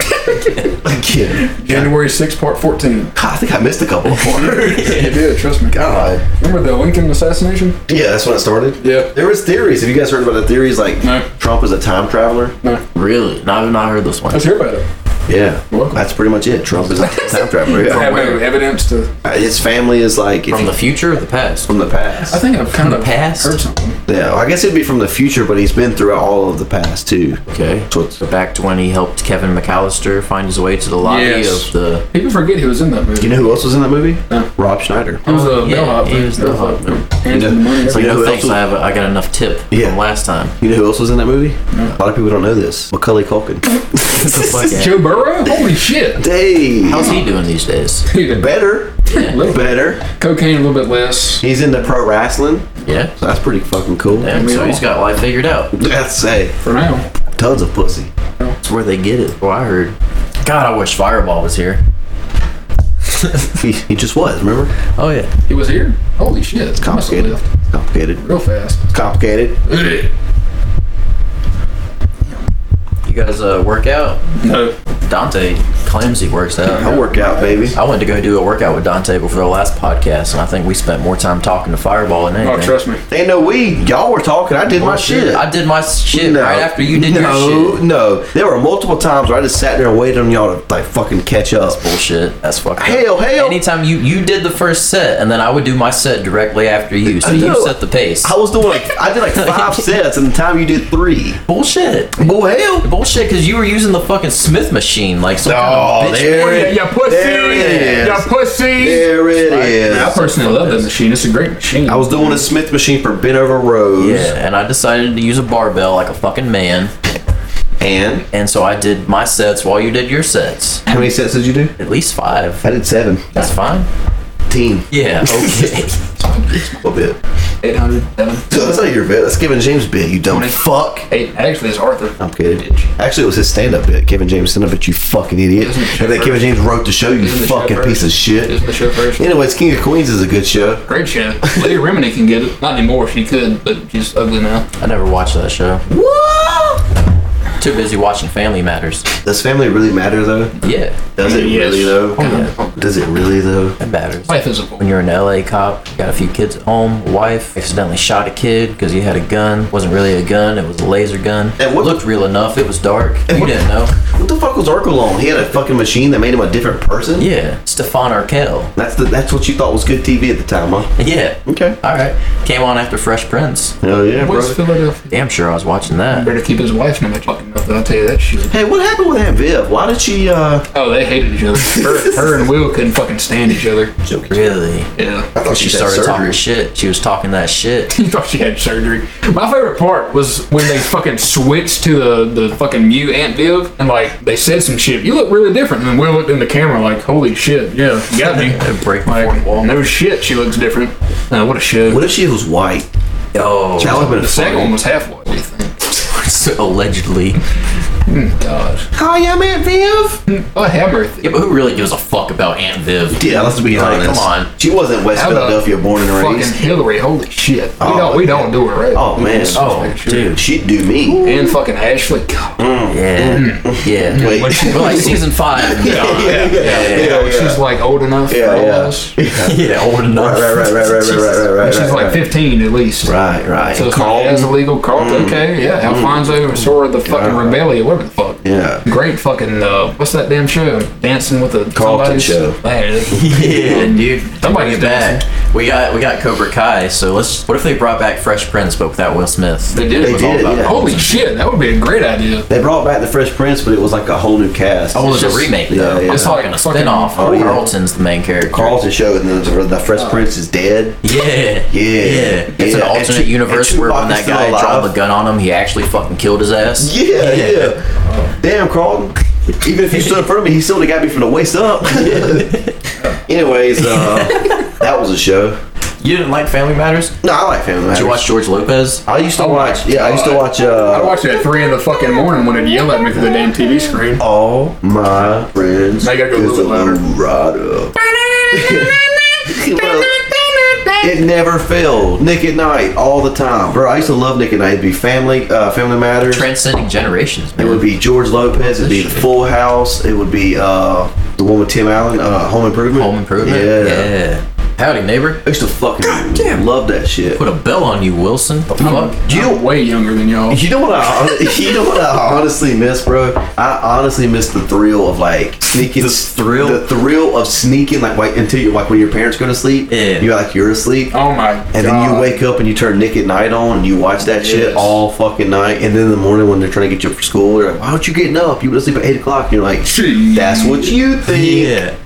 Again, January 6th, part 14. I think I missed a couple of Oh more. You did, trust me. God. Remember the Lincoln assassination? Yeah, that's when it started. Yeah. there was theories. Have you guys heard about the theories? Like No. Trump is a time traveler. No, Really? No, I've not heard this one. let's hear about it. Yeah, Welcome. that's pretty much it. Trump is a time traveler. I Yeah. have no evidence to. Uh, His family is like if From you- the future or the past? from the past. I think I've kind the of past? heard something. yeah, well, I guess it'd be from the future, but he's been throughout all of the past too. Okay. So it's- So back to when he helped Kevin McAllister find his way to the lobby Yes. of the. People forget he was in that movie. you know who else was in that movie? No. Rob Schneider. he was a Yeah, bellhop. he man. was the bellhop, man. Hands You in the know- money. it's like- No who else thanks, was- I, have, I got enough tip Yeah. from last time. You know who else was in that movie? A lot of people don't know this. Macaulay Culkin. Fuck yeah. Joe Burrow? Holy shit. Hey, How's he doing these days? Dude, better, little- better. Cocaine a little bit less. He's into pro wrestling. Yeah. So that's pretty fucking cool. Damn, we so all- he's got life figured out. That's hey, For now. tons of pussy. That's where they get it. Well, Oh, I heard. God, I wish Fireball was here. He, he just was. Remember? Oh yeah. He was here? Holy shit. It's Complicated. It's complicated. Oh, Real fast. It's complicated. You guys uh, work out? No. Dante claims he works out. I work out, baby. I went to go do a workout with Dante before the last podcast, and I think we spent more time talking to Fireball than anything. Oh, trust me. Ain't no weed. Y'all were talking. I did my shit. I did my shit No. right after you did no, your shit. No, there were multiple times where I just sat there and waited on y'all to like fucking catch up. Bullshit. That's fucking. Hell, hell. Anytime you you did the first set, and then I would do my set directly after you, so I know. you set the pace. I was doing like I did like five sets, and the time you did three. bullshit. Bull hell. Bullshit, because you were using the fucking Smith machine like some kind of bitch. Oh, there it- Yeah, you pussy. There it You is. pussy. There it I is. personally love that machine. It's a great machine. I was doing a Smith machine for Benover Rose, Yeah, and I decided to use a barbell like a fucking man, and and so I did my sets while you did your sets. how many sets did you do? At least five. I did seven. That's fine. Team, Yeah. Okay. a bit. Dude, 800, seven, that's not your bit. That's Kevin James' bit. You dumb fuck. eight. Actually, it's Arthur. I'm kidding. Actually, it was his stand-up bit. Kevin James stand-up bit. You fucking idiot. Isn't it And that Kevin first? James wrote the show. You Isn't it fucking first? piece of shit. Isn't the show first? Anyways, King of Queens is a good show. Great show. Lady Remini can get it. Not anymore. She could, but she's ugly now. I never watched that show. Too busy watching Family Matters. Does family really matter though? Yeah, Does it Yes. really though? Yeah. Does it really though? that matters. Life is a When you're an LA cop, got a few kids at home, wife accidentally shot a kid because he had a gun. wasn't really a gun; it was a laser gun. And what- looked real enough. It was dark. you what- didn't know. What the fuck was Urkel on? He had a fucking machine that made him a different person. Yeah, Stefan Arkell. That's the that's what you thought was good TV at the time, huh? Yeah. Okay. All right. Came on after Fresh Prince. Hell yeah, What's bro. Philadelphia? Damn sure I was watching that. Better keep his wife no matter fucking nothing. I'll tell you that shit. Hey, what happened with Aunt Viv? Why did she? uh Oh, they hated each other. Her, her and Will couldn't fucking stand each other. Really? Yeah. I thought She started talking shit. She was talking that shit. You thought she had surgery. My favorite part was when they fucking switched to the, the fucking mute Aunt Viv and like they said some shit. You look really different. And Will looked in the camera like, holy shit, yeah, you got me. Break the like, fourth wall. no shit, she looks different. Uh, what a shit. What if she was white? Oh, That would have been the second funny. one was half white. I think. allegedly. Gosh. Hi, I'm Aunt Viv. Oh, happy birthday. Yeah, but who really gives a fuck about Aunt Viv? Yeah, let's be Like, honest. come on. She wasn't West How about Philadelphia, born and Fucking raised. Hillary, holy shit. Oh, we don't, we yeah. don't do it right. Oh man. Oh, dude. she'd do me. And fucking Ashley. God. Oh, Yeah. Yeah. Mm. Wait. We're like season five. yeah, yeah, yeah, You know, yeah. She's like old enough Yeah, for all yeah. us. Yeah, old enough. Right, right, right, right, right, right, right, right, right. She's right, like right. 15 at least. Right, right. So it's Carlton. not as illegal. Mm-hmm. Carlton, okay. Yeah, Alfonso, Sora, the fucking Rebellion, whatever the fuck. Yeah. Great fucking, uh, what's that damn show? Dancing with the Carlton somebody's- show. Man, Yeah, dude. Somebody Bring it get that. back. We got we got Cobra Kai. So let's. What if they brought back Fresh Prince, but without Will Smith? they did. They it was all did, about- yeah. Holy shit, that would be a great idea. They brought back the Fresh Prince, but it was like a whole new cast. Oh, it's a just- remake yeah, though. yeah. It's It's like a like a fucking- spinoff. Oh, yeah. Carlton's the main character. Carlton show, and then the, the Fresh Prince is dead. Yeah. Yeah. Yeah. It's an Yeah, and alternate Tup- universe and where when Tupac that is still guy dropped alive. a gun on him, he actually fucking killed his ass. Yeah, yeah. Damn, Carlton. Even if you stood in front of me, he still would have got me from the waist up. Anyways, uh, that was a show. You didn't like Family Matters? No, I like Family Matters. Did you watch George Lopez? I used to watch. Yeah, I used to watch. I Uh, watched it at 3 in the fucking morning when it'd yell at me through the damn TV screen. all my friends. Now you gotta go a little bit louder. Colorado. Well, It never failed. Nick at Night, all the time, bro. I used to love Nick at Night. It'd be Family, uh, Family Matters. Transcending generations, It man. would be George Lopez. It'd be The Full House. It would be uh, the one with Tim Allen, uh, Home Improvement. Home improvement. Yeah. Howdy, neighbor. I used to fucking love that shit. Put a bell on you, Wilson. What the fuck? You I'm know, way younger than y'all. you know what I hon- you know what I honestly miss, bro. I honestly miss the thrill of like sneaking the thrill? the thrill of sneaking like wait until you like when your parents go to sleep. Yeah. you're like you're asleep. Oh my And then you wake up and you turn Nick at Night on and you watch that shit Yes. all fucking night. And then in the morning when they're trying to get you up for school, they're like, "Why aren't you getting up? You went to sleep at eight o'clock." And you're like, Jeez. "That's what you think."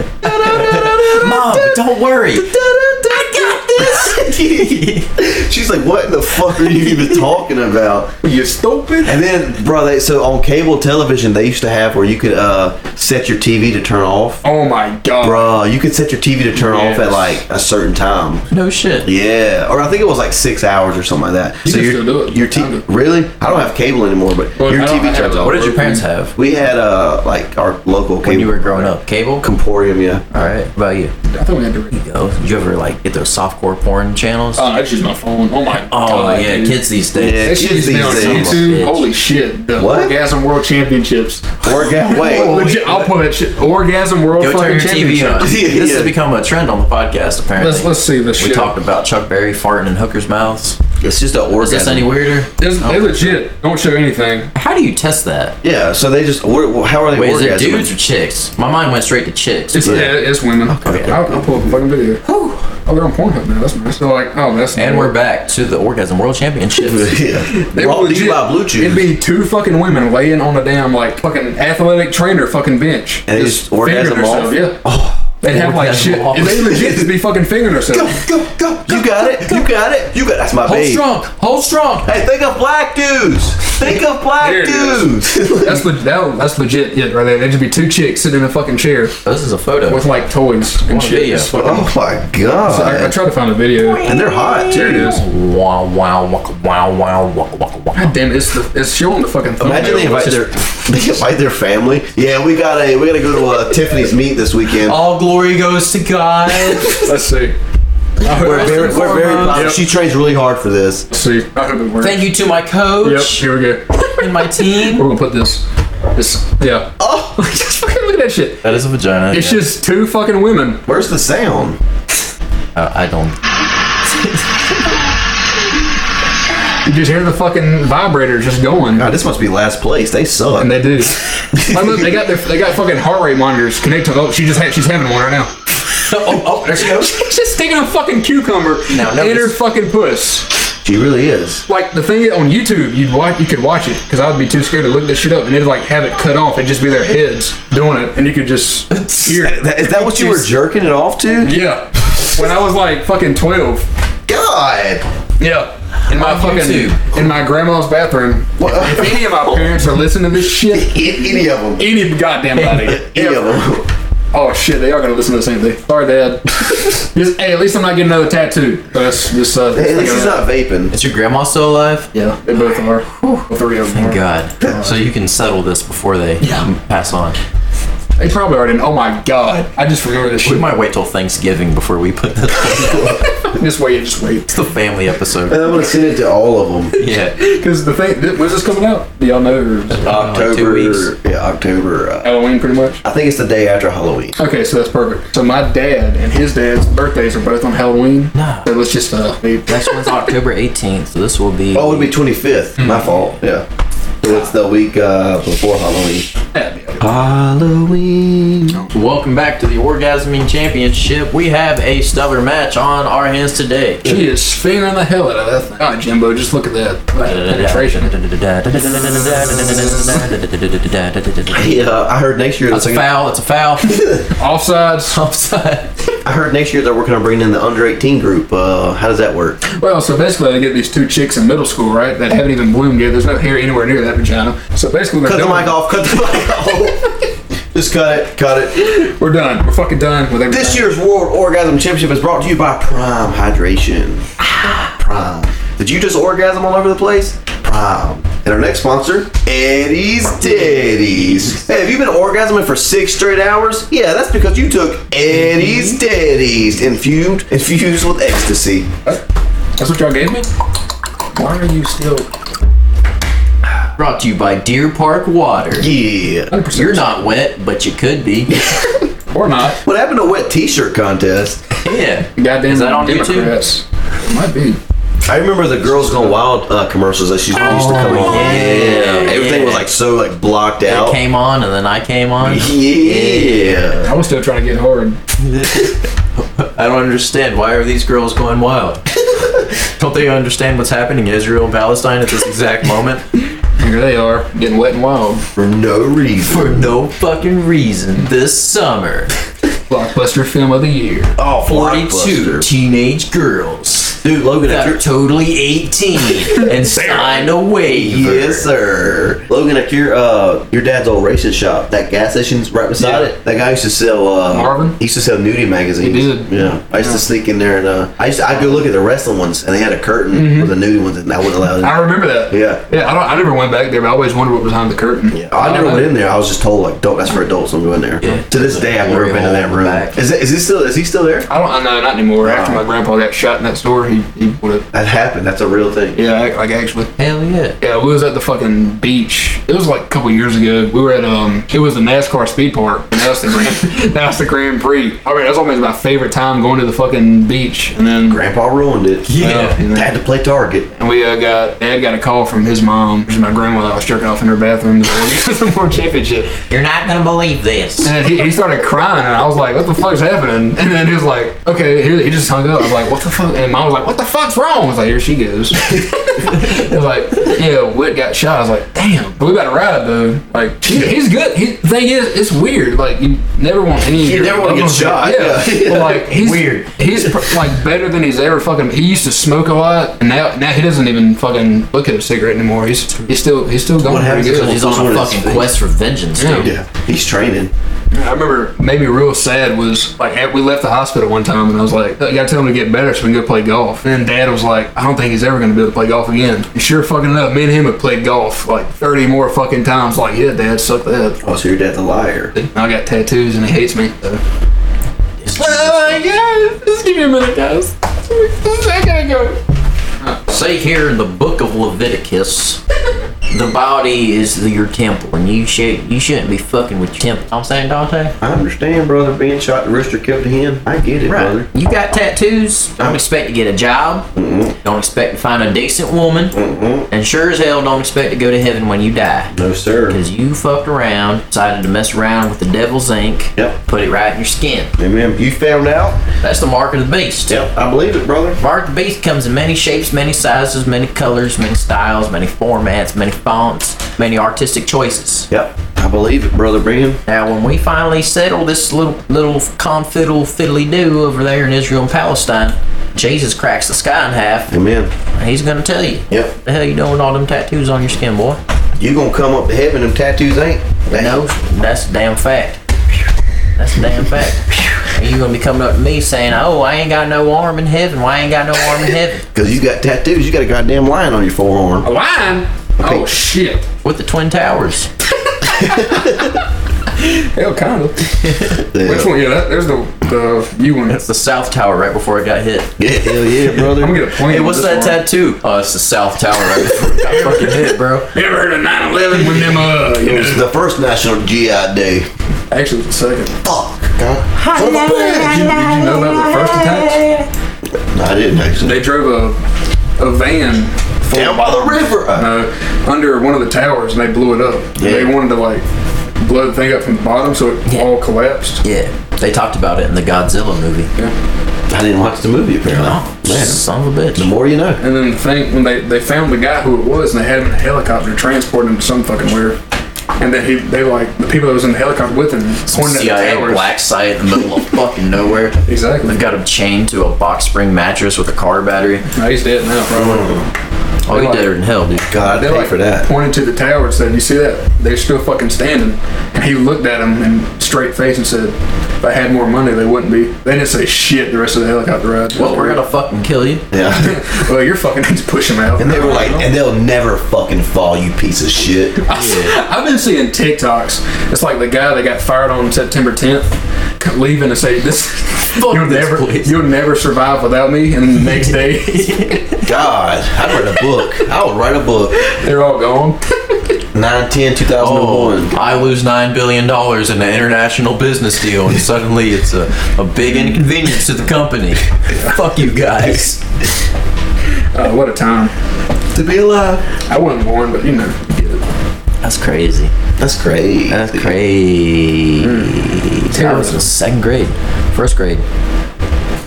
Mom, don't worry. I got this. She's like, "What the fuck are you even talking about?" You stupid. And then, bro, they, so on cable television, they used to have where you could uh, set your TV to turn off. Oh my god. Bro, you could set your TV to turn off at Yes. like a certain time. No shit. Yeah, or I think it was like six hours or something like that. You so can your still do it. your I TV do. really? I don't have cable anymore, but Well, your I don't- I TV have turns it. off. What did your parents have We had uh like our local cable. when you were growing up? Cable. Comporium, yeah. All right. What about you? I thought we had to read. Yo, did you ever like get those softcore porn channels? Oh, I just use my phone. on. Oh my Oh god. yeah, dude. kids these days. Yeah. That shit kids has been on these days. YouTube. Holy shit. The What? Orgasm World Championships. Orgasm. Wait. Legit, I'll put that shit. Orgasm World Go turn fucking your TV on. Championships. This has become a trend on the podcast. Apparently, Let's, let's see this we shit. talked about Chuck Berry farting in hookers' mouths. It's just an Is this orgasm. any weirder? It's- They legit don't show anything. How do you test that? Yeah. So they just. Or, well, how are they Wait, is orgasming? it dudes or chicks? My mind went straight to chicks. It's, yeah, it's women. I'll, I'll pull up a fucking video. Oh, they're on Pornhub now. That's nice. They're like, oh, that's And we're back to the Orgasm World Championships. yeah. They Brought were to you legit- by Blue Chew. It'd be two fucking women laying on a damn like fucking athletic trainer fucking bench. And they just orgasm fingering off? Oh. themselves, Yeah. They'd have like Orgasm shit. off. They legit just be fucking fingering Go, themselves. go, go, You got it. You got it. You got. That's my Hold babe. strong, hold strong. Hey, think of black dudes. Think of black There it dudes. That's le- that, that's legit. Yeah, right there. They'd just be two chicks sitting in a fucking chair This is a photo. with like toys and What a shit. video. It's fucking- oh my I, I god. tried to find a video. And they're hot There it too. is. Wow, wow, waka, wow, wow, waka, waka, waka. God damn, it's the, it's showing the fucking. Imagine they invite thumbnail. It's their just- they invite their family. Yeah, we got a we gotta go to uh, Tiffany's meet this weekend. All glory goes to God. Let's see. we're very, and we're very foremost. proud. Yep. She trains really hard for this. Let's see. I hope it works. Thank you to my Yep. coach Here we go. and my team. We're gonna put this. This. Yeah. Oh, just fucking look at that shit. That is a vagina. It's just two fucking women. Where's the sound? Uh, I don't. You just hear the fucking vibrator just going, God, this must be last place. They suck. and they do. Like, look, they got their, they got fucking heart rate monitors connected. Oh, she just had, she's having one right now. Oh, oh, there she goes. She's just taking a fucking cucumber No, no, in her this- fucking puss. she really is. Like the thing on YouTube, you'd watch, you could watch it because I'd be too scared to look this shit up, and it'd like have it cut off and just be their heads doing it, and you could just hear. Is that- is that what you were jerking it off to? Yeah. When I was like fucking twelve. God. Yeah. In my On fucking YouTube. in my grandma's bathroom. If any of my parents are listening to this shit, Any, any of them. any goddamn body. Any of them. Oh shit, they are gonna listen to the same thing. Sorry, Dad. Just- hey, at least I'm not getting another tattoo. That's just uh. Hey, at least he's not vaping. Is your grandma still alive? Yeah, they both are. The three of them. Thank Are. God. So you can settle this before they pass on. They probably already. Oh my god, I just remember this We shit. might wait till Thanksgiving before we put this. This way, you just wait. it's the family episode. And I'm gonna send it to all of them. Yeah. Because the thing, th- when's this coming out? Do y'all know? Or is it October. Like two weeks. Yeah, October. Uh, Halloween, pretty much. I think it's the day after Halloween. Okay, so that's perfect. So my dad and his dad's birthdays are both on Halloween. No. So let's just uh. They, Next one's October 18th, so this will be. Oh, it would be 25th. Hmm. My fault. Yeah. So it's the week uh, before Halloween. Halloween. Welcome back to the Orgasming Championship. We have a stubborn match on our hands today. she is fingering the hell out of that thing. God, Jimbo, just look at that penetration. It's Yeah, I heard next year. a they're gonna- foul. It's a foul. Offsides. Offside. I heard next year they're working on bringing in the under 18 group. Uh, how does that work? Well, so basically, they get these two chicks in middle school, right? That haven't even bloomed yet. There's no hair anywhere near that vagina. So basically, Cut the they're mic done. off. Cut the mic off. Just cut it. Cut it. We're done. We're fucking done with everything. This year's World Orgasm Championship is brought to you by Prime Hydration. Ah. Prime. Did you just orgasm all over the place? Prime. And our next sponsor, Eddie's Daddies. Hey, have you been orgasming for six straight hours? Yeah, that's because you took Eddie's Mm-hmm. Daddies infused infused with ecstasy. That's what y'all gave me. Why are you still? Brought to you by Deer Park Water. Yeah. 100%. You're not wet, but you could be. or not. What happened to wet T-shirt contest? Yeah. Goddamn Is that on YouTube? Democrats. It might be. I remember the Girls Gone Wild uh, commercials that she used to come on. yeah, Everything was Oh, yeah. like so like blocked It out. came on, and then I came on. yeah. I was still trying to get hard. I don't understand. Why are these girls going wild? don't they understand what's happening in Israel and Palestine at this exact moment? Here they are, getting wet and wild. For no reason. For no fucking reason this summer. Blockbuster film of the year. Oh, 42 Blockbuster. teenage girls Dude, Logan, that if are you're totally 18 and signed a waiver. Yes, sir. Logan, if your uh your dad's old racist shop, that gas station's right beside Yeah. it. That guy used to sell uh Marvin? He used to sell nudie magazines. He did. Yeah. I used to sneak in there and uh I used to, I'd go look at the wrestling ones and they had a curtain with the nudie ones and I wouldn't allow it. I remember that. Yeah. Yeah. I don't. I never went back there, but I always wondered what was behind the curtain. Yeah, I never went in there. I was just told like, "Don't. That's for adults. I'm going there." Yeah. To this day, I've never been in that room. Back. Is, it, is he still? Is he still there? I don't. I know. Not anymore. After my grandpa got shot in that store, He, he would have. That happened. That's a real thing. Yeah, I- like actually. Hell yeah. Yeah, we was at the fucking beach. It was like a couple years ago. We were at um, it was the NASCAR Speed Park. And that's the Grand, that's the Grand Prix. I mean, that's always my favorite time going to the fucking beach. And then Grandpa ruined it. Yeah. Dad had to play target. And we uh, got dad got a call from his mom, which is my grandma that was jerking off in her bathroom to the World Championship. You're not gonna believe this. And he, he started crying, and I was like, "What the fuck's happening?" And then he was like, "Okay," he, he just hung up. I was like, "What the fuck?" And mom was like, "What the fuck's wrong?" I was like, "Here she goes." it was like, "Yeah, Whit got shot." I was like, "Damn, but we got to ride though." Like, he, he's good. He, thing is, it's weird. Like, you never want any. You never wanna get shot, Yeah, yeah. But, like he's Weird. He's pr- like better than he's ever fucking. He used to smoke a lot, and now now he doesn't even fucking look at a cigarette anymore. He's he's still he's still going pretty happens good. is He's on a fucking quest for vengeance, dude. Yeah, he's training. I remember made me real sad was like at- we left the hospital one time and I was like, "You gotta tell him to get better so we can go play golf." And then Dad was like, "I don't think he's ever gonna be able to play golf again." And sure fucking enough, me and him have played golf like thirty more fucking times. Like, yeah, Dad, suck that. Oh, so your dad's a liar. And I got tattoos and he hates me. So. yeah, just give me a minute, guys. I gotta go. Say here in the book of Leviticus, the body is the, your temple, and you should you shouldn't be fucking with your temple. I'm saying, Dante. I understand, brother. Being shot in the wrist or killed in the hand. I get it, brother. You got tattoos. Uh-huh. Don't expect to get a job. Mm-hmm. Don't expect to find a decent woman. And sure as hell, don't expect to go to heaven when you die. No, sir. Because you fucked around, decided to mess around with the devil's ink, Yep. put it right in your skin. Amen. You found out. That's the mark of the beast. Yep, I believe it, brother. Mark the Beast comes in many shapes, many sizes, many colors, many styles, many formats, many fonts, many artistic choices. Yep, I believe it, brother. Bring him. Now, when we finally settle this little little confiddle fiddly do over there in Israel and Palestine, Jesus cracks the sky in half, Amen. and he's gonna tell you. Yep. The hell you doing with all them tattoos on your skin, boy? You gonna come up to heaven? Them tattoos ain't. They- No, that's a damn fact. That's a damn fact. And you gonna be coming up to me saying, "Oh, I ain't got no arm in heaven. Why I ain't got no arm in heaven?" Cause you got tattoos. You got a goddamn lion on your forearm. Line. Oh shit. With the twin towers. Hell, kind of. Yeah. Which one? Yeah, that, there's the the you one. It's the South Tower right before it got hit. Yeah, hell yeah, brother. I'm gonna point. Hey, what's that tattoo? Oh, it's the South Tower right before it got fucking hit, bro. You ever heard of 9/11 when them uh? You It know, was the first National GI Day. actually, it was the second. Fuck. Huh? Son of a bitch. Did you, did you know about the first attacks? No, I didn't actually. They drove a, a van full Down by the river. Uh, uh, under one of the towers and they blew it up. Yeah. They wanted to like blow the thing up from the bottom so it Yeah. all collapsed. Yeah, they talked about it in the Godzilla movie. I didn't watch the movie apparently. Oh, Man, son of a the bitch. more you know. And then the thing when they, they found the guy who it was and they had him in a helicopter transporting him to some fucking where. And then he they like the people that was in the helicopter with him pointed at CIA the towers. black site in the middle of fucking nowhere. Exactly. They've got him chained to a box spring mattress with a car battery. No, he's dead now, Mm-hmm. probably. Oh, he dead in hell, dude. God, They I pay like for that. pointed to the tower and said, "You see that? They're still fucking standing." And he looked at him in straight face and said, "If I had more money, they wouldn't be." They didn't say shit the rest of the helicopter ride. Well, we're gonna fucking kill you. Yeah. Well, you're fucking just push him out. And they were like, and they'll never fucking fall, you piece of shit. I've been seeing TikToks. It's like the guy that got fired on September 10th, leaving and say, "This, you'll this never, place." you'll never survive without me." And the next day, God, I would write a book. I would write a book. they're all gone. 9, 10, 2001. Oh, I lose nine billion dollars in an international business deal, and suddenly it's a, a big inconvenience to the company. Fuck you guys. Uh, what a time! To be alive. I wasn't born, but you know, you get it. That's crazy. That's crazy. That's crazy. I was in second grade, first grade.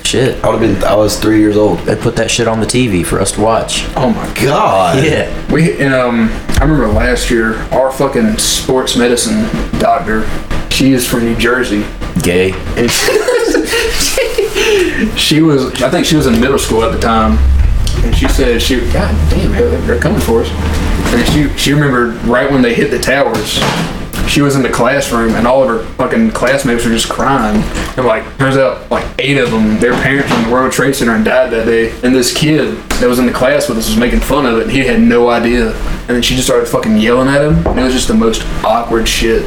Shit, I would have been, I was three years old. they put that shit on the TV for us to watch. Oh my god. God. Yeah. We and, um, I remember last year our fucking sports medicine doctor. She is from New Jersey, Gay. and she was. I think she was in middle school at the time, and she said she. God damn it, they're coming for us. And she she remembered right when they hit the towers. She was in the classroom and all of her fucking classmates were just crying. And like, turns out like eight of them, their parents were in the World Trade Center and died that day. And this kid that was in the class with us was making fun of it. And he had no idea. And then she just started fucking yelling at him. And it was just the most awkward shit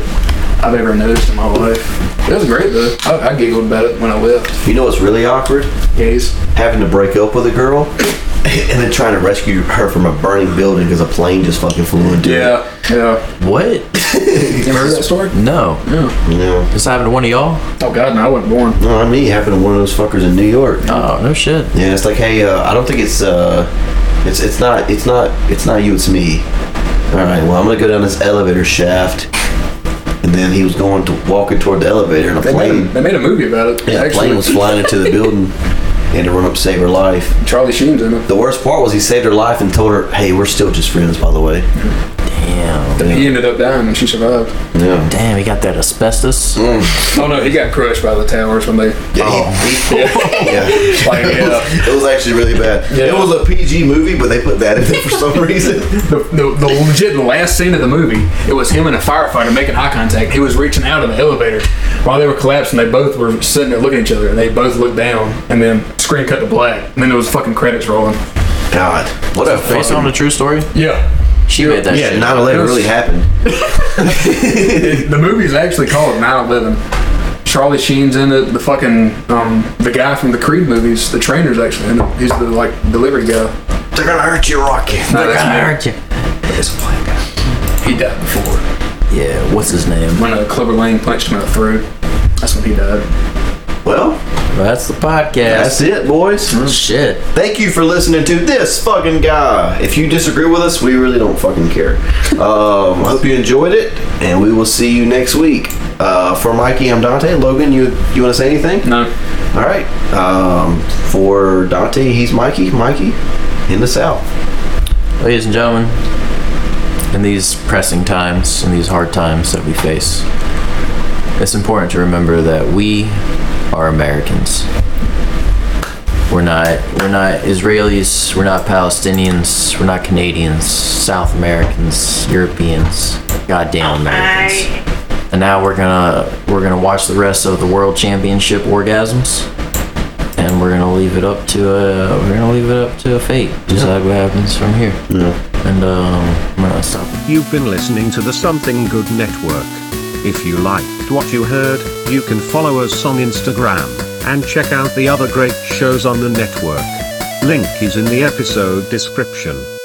I've ever noticed in my life. It was great though. I, I giggled about it when I left. You know what's really awkward? Yes. Having to break up with a girl and then trying to rescue her from a burning building because a plane just fucking flew into it. Yeah. Yeah. What? You ever heard that story? No. Yeah. This happened to one of y'all? Oh God, no! I wasn't born. No, I mean, it happened to one of those fuckers in New York. Oh, no shit. Yeah, it's like, hey, uh, I don't think it's, uh, it's, it's not, it's not, it's not you, it's me. All right, well, I'm gonna go down this elevator shaft, and then he was going to walking toward the elevator, and a They made, plane, a, they made a movie about it. yeah, a actually. plane was flying into the building, and to run up to save her life. Charlie Sheen's in it. The worst part was he saved her life and told her, "Hey, we're still just friends, by the way." Damn. He ended up dying, and she survived. Yeah. Damn, he got that asbestos. Hmm. Oh no, he got crushed by the towers when they. Yeah. he- he- yeah. Like, Oh. yeah. It was actually really bad. Yeah. It was a PG movie, but they put that in there for some reason. The, the, the legit last scene of the movie, it was him and a firefighter making eye contact. He was reaching out in the elevator while they were collapsing. They both were sitting there looking at each other, and they both looked down. And then screen cut to black, and then there was fucking credits rolling. God, what a Based on fucking a true story? Yeah, She made that yeah. shit. 9/11 really happened. the movie is actually called 9/11. Charlie Sheen's in it. The fucking um, the guy from the Creed movies, the trainer's actually in it. He's the like delivery guy. They're gonna hurt you, Rocky. No, that's me. you. It's a black guy. He died before. Yeah, what's his name? When uh, Clover Lane punched him in the throat, that's when he died. Well, That's the podcast. that's it, boys. Shit. Thank you for listening to this fucking guy. If you disagree with us, we really don't fucking care. Um, I hope you enjoyed it, and we will see you next week. Uh, for Mikey, I'm Dante. Logan, you you want to say anything? No. All right. Um, for Dante, he's Mikey. Mikey, in the south. Ladies and gentlemen, in these pressing times, in these hard times that we face, it's important to remember that we are Americans. We're not we're not Israelis, we're not Palestinians, we're not Canadians, South Americans, Europeans, goddamn Americans. And now we're gonna we're gonna watch the rest of the World Championship orgasms, and we're gonna leave it up to uh we're gonna leave it up to fate. Decide what happens from here. And um, I'm gonna stop. You've been listening to the Something Good Network. If you liked what you heard, you can follow us on Instagram and check out the other great shows on the network. Link is in the episode description.